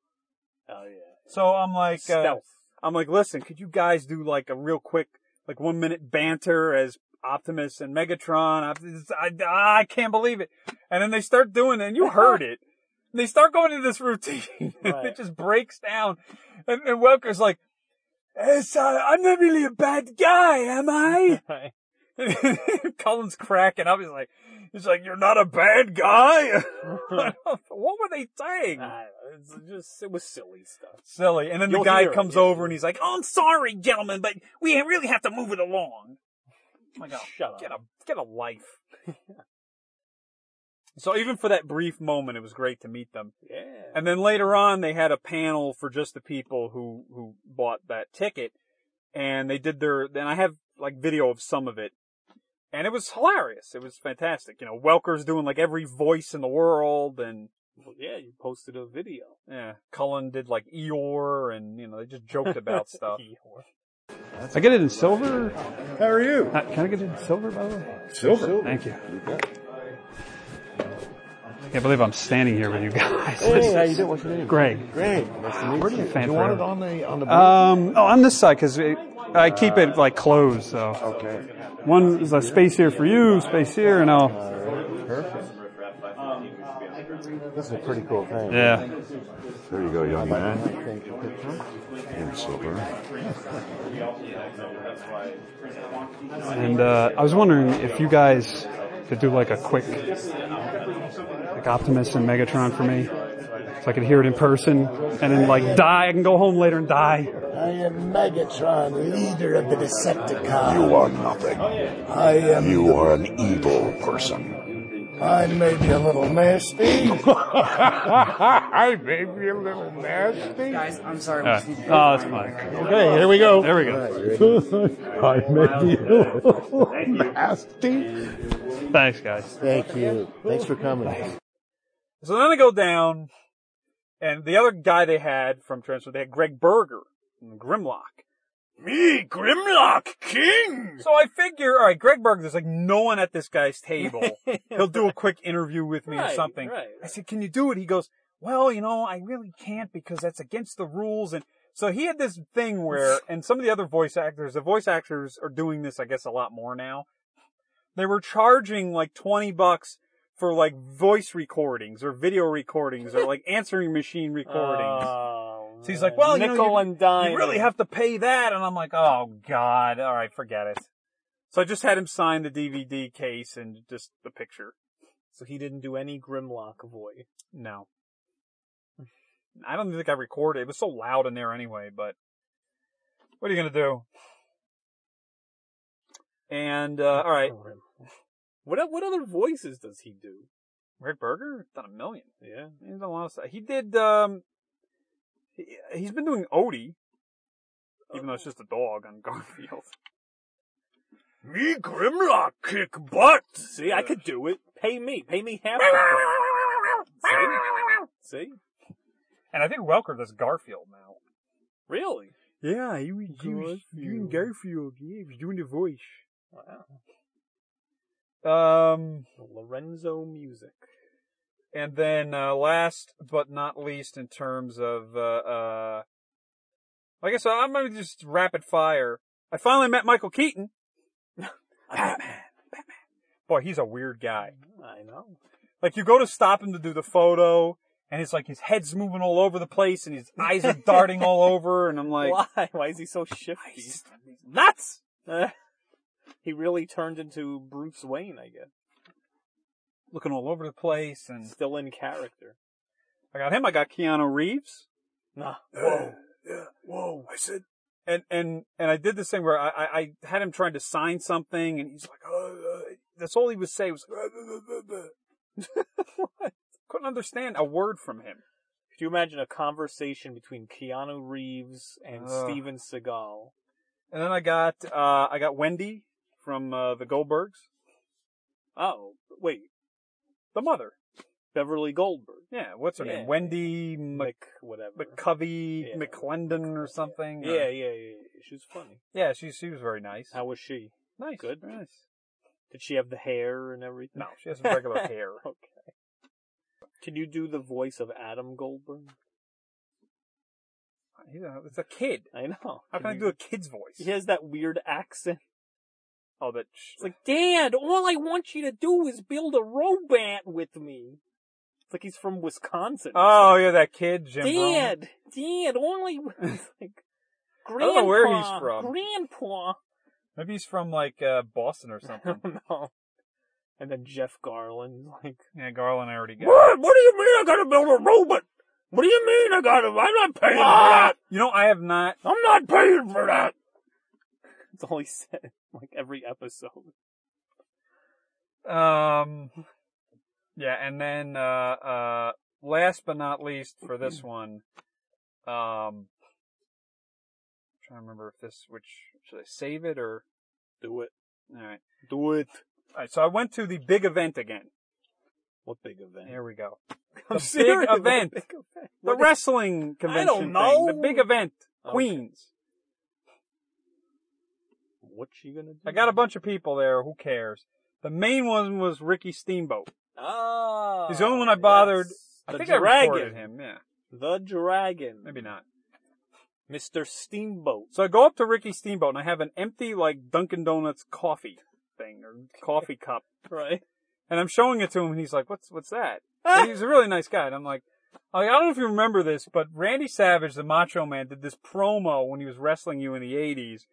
C: Oh yeah.
B: So I'm like, uh,
C: Stealth.
B: I'm like, listen, could you guys do like a real quick, like one minute banter as Optimus and Megatron? I, I, I can't believe it. And then they start doing it, and you heard it. And they start going into this routine, and
C: Right.
B: it just breaks down. And, and Welker's like, "Eh, so I'm not really a bad guy, am I?
C: Right. Cullen's cracking up. He's like, he's like, you're not a bad guy. what were they saying?
B: It's just, it was silly stuff.
C: Silly. And then the
B: You'll
C: guy
B: hear it,
C: comes
B: yeah.
C: over and he's like, oh, I'm sorry, gentlemen, but we really have to move it along. Oh my God.
B: Shut up.
C: Get a, get a life. so even for that brief moment, it was great to meet them.
B: Yeah.
C: And then later on, they had a panel for just the people who, who bought that ticket. And they did their, and I have like video of some of it. And it was hilarious. It was fantastic. You know, Welker's doing like every voice in the world and.
B: yeah, you posted a video.
C: Yeah. Cullen did like Eeyore and, you know, they just joked about stuff.
E: I get it in silver. Uh,
M: How are you?
E: can I get it in silver, by the way?
M: Silver.
E: Thank you. Can't believe I'm standing here with you guys.
M: Hey, how you doing? What's your name?
E: Greg.
M: Greg. Nice to meet
E: Where do you fan
M: You want it
E: forever?
M: on the on the board?
E: Um, oh, on this side because I keep it like closed. So okay, one is a space here for you, space here, and I'll
F: Perfect. This is a pretty cool thing.
E: Yeah.
F: There you go, young man.
M: And
E: And uh, I was wondering if you guys could do like a quick, like Optimus and Megatron for me, so I could hear it in person and then like die. I can go home later and die.
N: I am Megatron, leader of the Decepticons. Oh,
O: You are nothing.
N: I am.
O: You are an evil person.
N: I may be a little nasty.
M: I may be a little nasty.
N: Guys, I'm sorry.
E: Alright. Oh, that's fine.
M: Okay, here we go.
E: There we go.
M: I may be a little nasty.
E: Thanks, guys.
F: Thank you. Thanks for coming.
C: So then I go down, and the other guy they had from Transfer, they had Greg Berger from Grimlock. Me, Grimlock King! So I figure, alright, Greg Berger, there's like no one at this guy's table. He'll do a quick interview with me or
B: Right,
C: something.
B: right.
C: I said, can you do it? He goes, well, you know, I really can't because that's against the rules. And so he had this thing where, and some of the other voice actors, the voice actors are doing this, I guess, a lot more now. They were charging like 20 bucks for like voice recordings or video recordings or like answering machine recordings. so he's like, well, you,
B: Oh,
C: know,
B: Nickel
C: you-
B: and dime.
C: you really have to pay that. And I'm like, oh God. All right, forget it. So I just had him sign the DVD case and just the picture.
B: So he didn't do any Grimlock voice.
C: No. I don't think I recorded. It was so loud in there anyway, but what are you going to do? And, uh, all right.
B: What what other voices does he do?
C: Rick Berger? Done a million.
B: Yeah.
C: He's done a lot of stuff. He did, um, he, he's been doing Odie, even though it's just a dog on Garfield.
B: Me Grimlock kick butt. See, I could do it. Pay me. Pay me half. See?
C: And I think Welker does Garfield now.
B: Really?
C: Yeah, he Ah, was doing Garfield. Yeah, he was doing the voice. Wow. Um,
B: Lorenzo music.
C: And then uh, last but not least, in terms of, uh, uh, I guess I'm gonna just rapid fire. I finally met Michael Keaton. Batman, Batman. Mm, Boy, he's a weird guy.
B: I know.
C: Like you go to stop him to do the photo, and it's like his head's moving all over the place, and his eyes are darting all over, and I'm like,
B: Why? Why is he so shifty? He's nuts. he really turned into Bruce Wayne, I guess.
C: looking all over the place, and
B: Still in character.
C: I got him. I got Keanu Reeves.
B: Nah.
C: Whoa.
D: Yeah. Whoa. I said,
C: and and and I did this thing where I, I I had him trying to sign something, and he's like, oh, uh, that's all he would say was, "Uh, uh, uh, uh." couldn't understand a word from him.
B: Could you imagine a conversation between Keanu Reeves and
C: Ugh.
B: Steven Seagal?
C: And then I got uh I got Wendy from uh, the Goldbergs,
B: Oh, wait,
C: the mother.
B: Beverly Goldberg.
C: Yeah, what's her
B: Yeah.
C: name? Wendy
B: Mc
C: Mc,
B: whatever.
C: McCovey
B: Yeah.
C: McClendon or something.
B: yeah, yeah, yeah, yeah. She was funny.
C: yeah. She she was very nice.
B: How was she?
C: Nice,
B: Good.
C: very nice.
B: Did she have the hair and everything?
C: No, she has regular hair.
B: Okay. Can you do the voice of Adam Goldberg?
C: He's a, it's a kid.
B: I know.
C: How can I
B: you-
C: do a kid's voice?
B: He has that weird accent.
C: Oh, that. Sh-
B: It's like, Dad, all I want you to do is build a robot with me. It's like he's from Wisconsin.
C: oh, yeah, that kid Jim. Rome.
B: Dad, Dad, all I it's like.
C: I don't know where he's
B: "Grandpa,
C: from."
B: Grandpa,
C: Maybe he's from like uh, Boston or something.
B: no. And then Jeff Garland, like
C: yeah, Garland I already got.
L: What? What do you mean I gotta build a robot? What do you mean I gotta? I'm not paying for that.
C: You know, I have not.
L: I'm not paying for that.
B: That's all he said, like every episode.
C: Um, yeah, and then uh, uh, last but not least for this one, um, I'm trying to remember if this which should I save it or
B: do it.
C: All right,
B: Do it.
C: all right. So I went to the big event again.
B: What big event?
C: Here we go.
B: I'm
C: The
B: serious,
C: big
B: what
C: event,
B: big
C: the
B: What is-
C: wrestling convention. thing,
B: know.
C: the big event,
B: Okay.
C: Queens.
B: What's she gonna do?
C: I got a bunch of people there. Who cares? The main one was Ricky Steamboat.
B: Ah,
C: He's the only one
L: Uh,
C: I bothered.
B: yes.
C: I
B: The
C: think I
B: dragon.
C: recorded him. Yeah,
B: The dragon,
C: maybe not.
B: Mr. Steamboat.
C: So I go up to Ricky Steamboat and I have an empty like Dunkin' Donuts coffee thing or coffee cup,
B: Right.
C: and I'm showing it to him, and he's like, "What's what's that?" And he's a really nice guy, and I'm like, I don't know if you remember this, but Randy Savage, the Macho Man, did this promo when he was wrestling you in the '80s,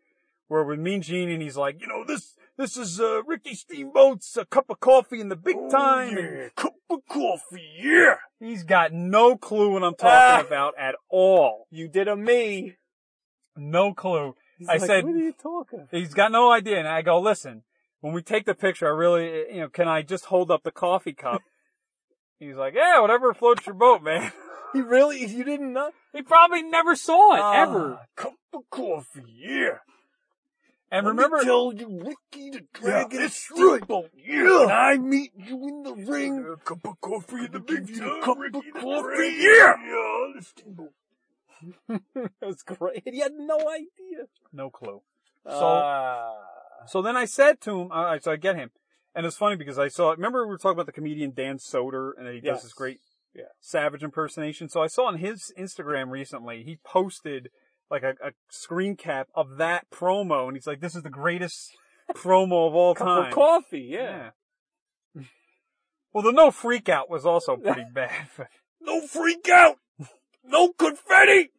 C: where with Mean Gene, and he's like, "You know this." This is uh, Ricky Steamboat's a cup of coffee in the big time. and
L: Oh, Cup of coffee, yeah.
C: He's got no clue what I'm talking
L: Ah.
C: about at all.
B: You did a me.
C: No clue.
B: He's
C: I
B: like,
C: said,
B: "What are you talking?" about?"
C: He's got no idea. And I go, listen, when we take the picture, I really, you know, can I just hold up the coffee cup? He's like, yeah, whatever floats your boat, man.
B: He really? You didn't know?
C: He probably never saw it,
B: Ah,
C: ever.
L: Cup of coffee, yeah.
C: And
L: Let me
C: remember,
L: tell you, Ricky the Dragon
D: that's
L: Steamboat.
D: Yeah.
L: When I meet you in the ring,
D: A cup of coffee in the
L: give
D: big
L: you
D: time,
L: a cup
D: Ricky the
L: of coffee,
D: Dragon.
L: yeah.
D: Yeah, the steamboat.
B: that was great. He had no idea.
C: no clue. So,
B: Ah.
C: so then I said to him, all right, so I get him. And it's funny because I saw, remember we were talking about the comedian Dan Soder and that he does
B: Yes.
C: this great
B: Yeah.
C: Savage impersonation. So I saw on his Instagram recently, he posted like a, a screen cap of that promo and he's like, this is the greatest promo of all
B: cup
C: time.
B: of coffee.
C: Yeah.
B: Yeah.
C: Well, the no freak out was also pretty bad. but-
L: No freak out. No confetti.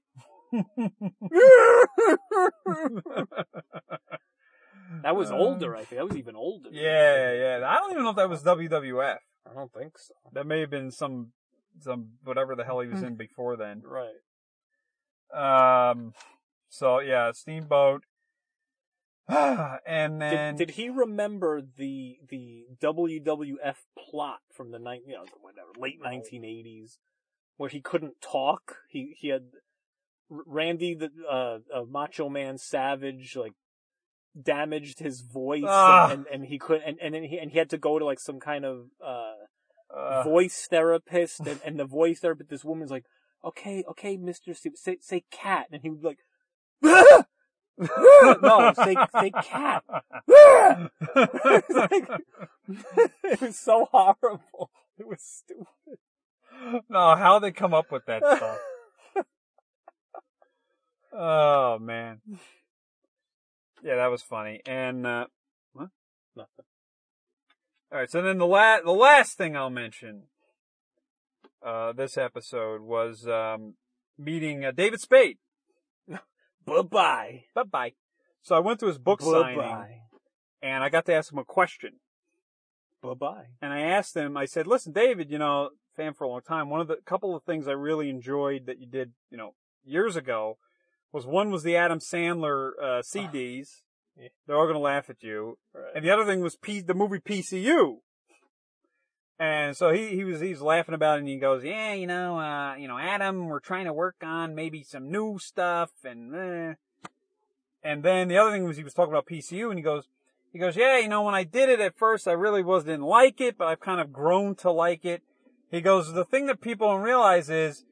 B: That was
C: Um,
B: older. I think that was even older.
C: yeah, yeah. I don't even know if that was WWF.
B: I don't think so.
C: That may have been some, some whatever the hell he was in before then.
B: Right.
C: Um, so yeah, Steamboat, and then
B: Did, did he remember the the WWF plot from the night, you know, whatever, late 1980s, where he couldn't talk? He he had R- Randy the uh, uh, Macho Man Savage like damaged his voice,
C: Ah.
B: and, and and he could, and and then he and he had to go to like some kind of uh
C: uh,
B: voice therapist, and, and the voice therapist, this woman's like, okay, okay, Mister, Stu- say say cat, and he would be like, no, say say cat. It's like- it was so horrible. It was stupid.
C: no, Oh, how they come up with that stuff? Oh man, yeah, that was funny. And uh, what?
B: Nothing.
C: All right, so then the last the last thing I'll mention uh, this episode was um, meeting uh, David Spade.
B: Bye bye.
C: Bye bye. So I went to his book signing and I got to ask him a question.
B: Bye bye.
C: and I asked him, I said, listen, David, you know, fan for a long time. One of the couple of things I really enjoyed that you did, you know, years ago was one was the Adam Sandler uh, CDs.
B: Ah, Yeah.
C: They're all going to laugh at you.
B: Right.
C: And the other thing was P- the movie PCU. And so he, he was, he's laughing about it and he goes, yeah, you know, uh, you know, Adam, we're trying to work on maybe some new stuff and, eh. and then the other thing was he was talking about PCU and he goes, he goes, yeah, you know, when I did it at first, I really was didn't like it, but I've kind of grown to like it. He goes, the thing that people don't realize is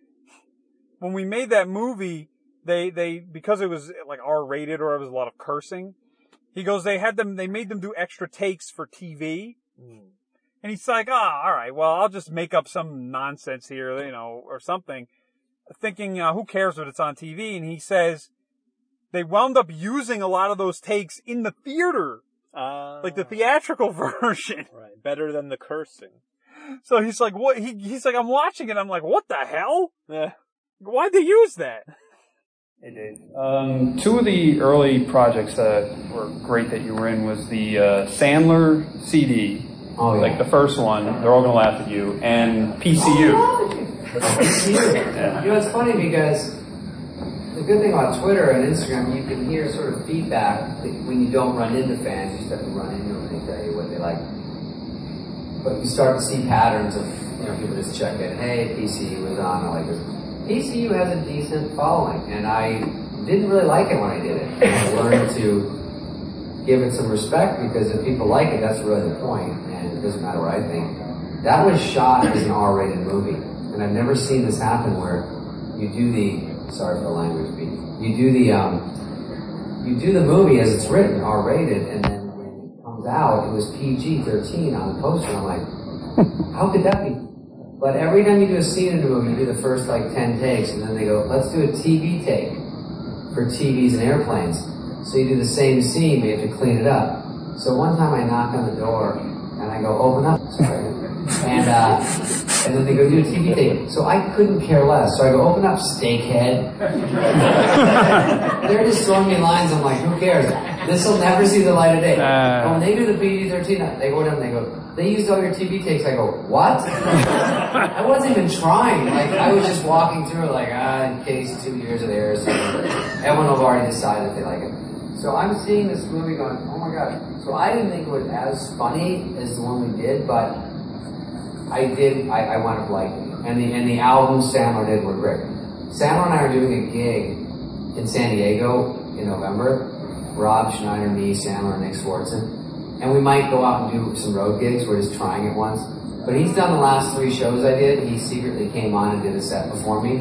C: when we made that movie, they, they, because it was like R rated or it was a lot of cursing, he goes, they had them, they made them do extra takes for TV. And he's like, ah, all right, well, I'll just make up some nonsense here, you know, or something, thinking, uh, who cares what it's on TV? And he says, they wound up using a lot of those takes in the theater
B: Uh,
C: like the theatrical version.
B: Right. Better than the cursing.
C: So he's like, what? He, he's like, I'm watching it. I'm like, what the hell?
B: Yeah.
C: Why'd they use that?
E: Hey, Dave. Um, two of the early projects that were great that you were in was the uh, Sandler CD,
J: Oh, yeah.
E: like the first one. They're all gonna laugh at you. And PCU.
J: You know, it's funny because the good thing about Twitter and Instagram, you can hear sort of feedback that when you don't run into fans, you start to run into them and they tell you what they like. But you start to see patterns of, you know, people just check in, hey, PCU was on, I like this. PCU has a decent following, and I didn't really like it when I did it. And I learned to give it some respect because if people like it, that's really the point, and it doesn't matter what I think. That was shot as an R-rated movie, and I've never seen this happen where you do the sorry for the language beef. You do the um, you do the movie as it's written, R-rated, and then when it comes out, it was PG-13 on the poster. I'm like, how could that be? But every time you do a scene in a movie, you do the first like ten takes, and then they go, let's do a TV take for TVs and airplanes. So you do the same scene, but you have to clean it up. So one time I knock on the door and I go, open up. Sorry. And, uh, and then they go, do a TV tape. So I couldn't care less. So I go, open up, steakhead. They're just throwing me lines. I'm like, who cares? This will never see the light of day.
E: Uh.
J: when they do the PG 13, they go down and they go, they used all your TV takes. I go, what? I wasn't even trying. Like, I was just walking through, like, ah, in case two years of theirs. Everyone will have already decided they like it. So I'm seeing this movie going, oh my gosh. So I didn't think it was as funny as the one we did, but I did, I, I wound up liking it. And the, and the albums Sandler did were great. Sandler and I are doing a gig in San Diego in November. Rob Schneider, me, Sandler, and Nick Swartzen. And we might go out and do some road gigs. We're just trying it once. But he's done the last three shows I did. He secretly came on and did a set before me.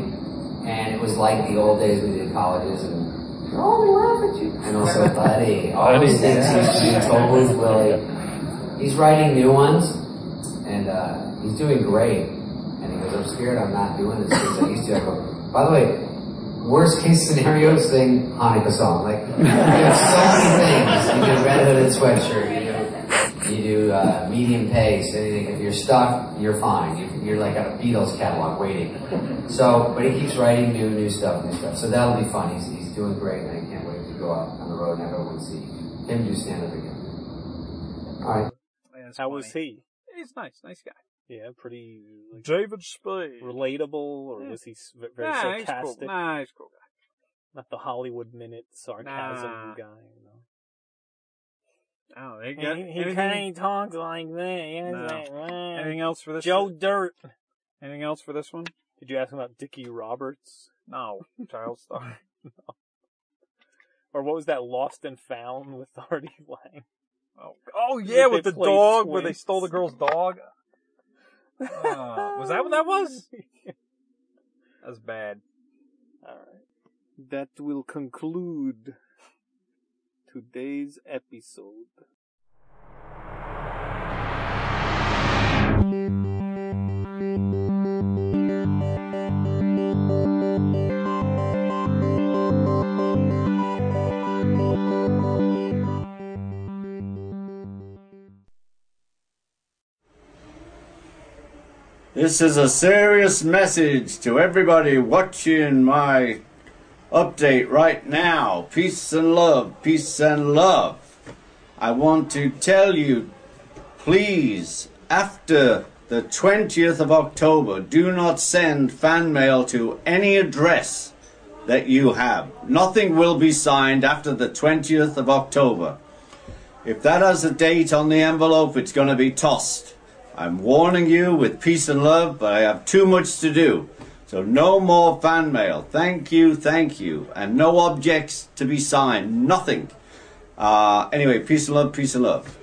J: And it was like the old days we did colleges and Oh, they laugh at you. and also Buddy. All these
K: Buddy,
J: things he's
K: yeah.
J: he's told Willie. He's writing new ones, and uh, he's doing great. And he goes, "I'm scared I'm not doing this as I used to." I go, "By the way, worst case scenario, sing Hanukkah song. Like you have so many things. You do Red Hooded sweatshirt. You do you do uh, medium pace. Anything. If you're stuck, you're fine. You, you're like at a Beatles catalog waiting." So, but he keeps writing new, new stuff, new stuff. So that'll be fun. He's, he's doing great, and I can't wait to go out on the road and have everyone see him do stand up again. All right.
B: How was he?
C: He's nice, nice guy.
B: Yeah, pretty. Like,
C: David Spade.
B: Relatable, or was he s- v- very
C: Nah, he's cool.
B: sarcastic?
C: Nah, he's cool guy.
B: Not the Hollywood Minute sarcasm
C: Nah.
B: guy.
C: Oh, they got
B: He, he
C: anything-
B: kind of talks like that. He has
C: No.
B: that, uh,
C: Anything else for this?
B: Joe Dirt.
C: Anything else for this one?
B: Did you ask him about Dickie Roberts?
C: No, child star.
B: Or what was that Lost and Found with Artie Lang?
C: Oh yeah,
B: They
C: with the
B: played
C: dog where they
B: twins.
C: stole the girl's dog. Uh, was that what that was? That's bad.
B: All right. That will conclude today's episode.
P: This is a serious message to everybody watching my update right now. Peace and love, peace and love. I want to tell you, please, after the 20th of October, do not send fan mail to any address that you have. Nothing will be signed after the 20th of October. If that has a date on the envelope, it's going to be tossed. I'm warning you with peace and love, but I have too much to do. So no more fan mail. Thank you, thank you. And no objects to be signed. Nothing. Uh, anyway, peace and love, peace and love.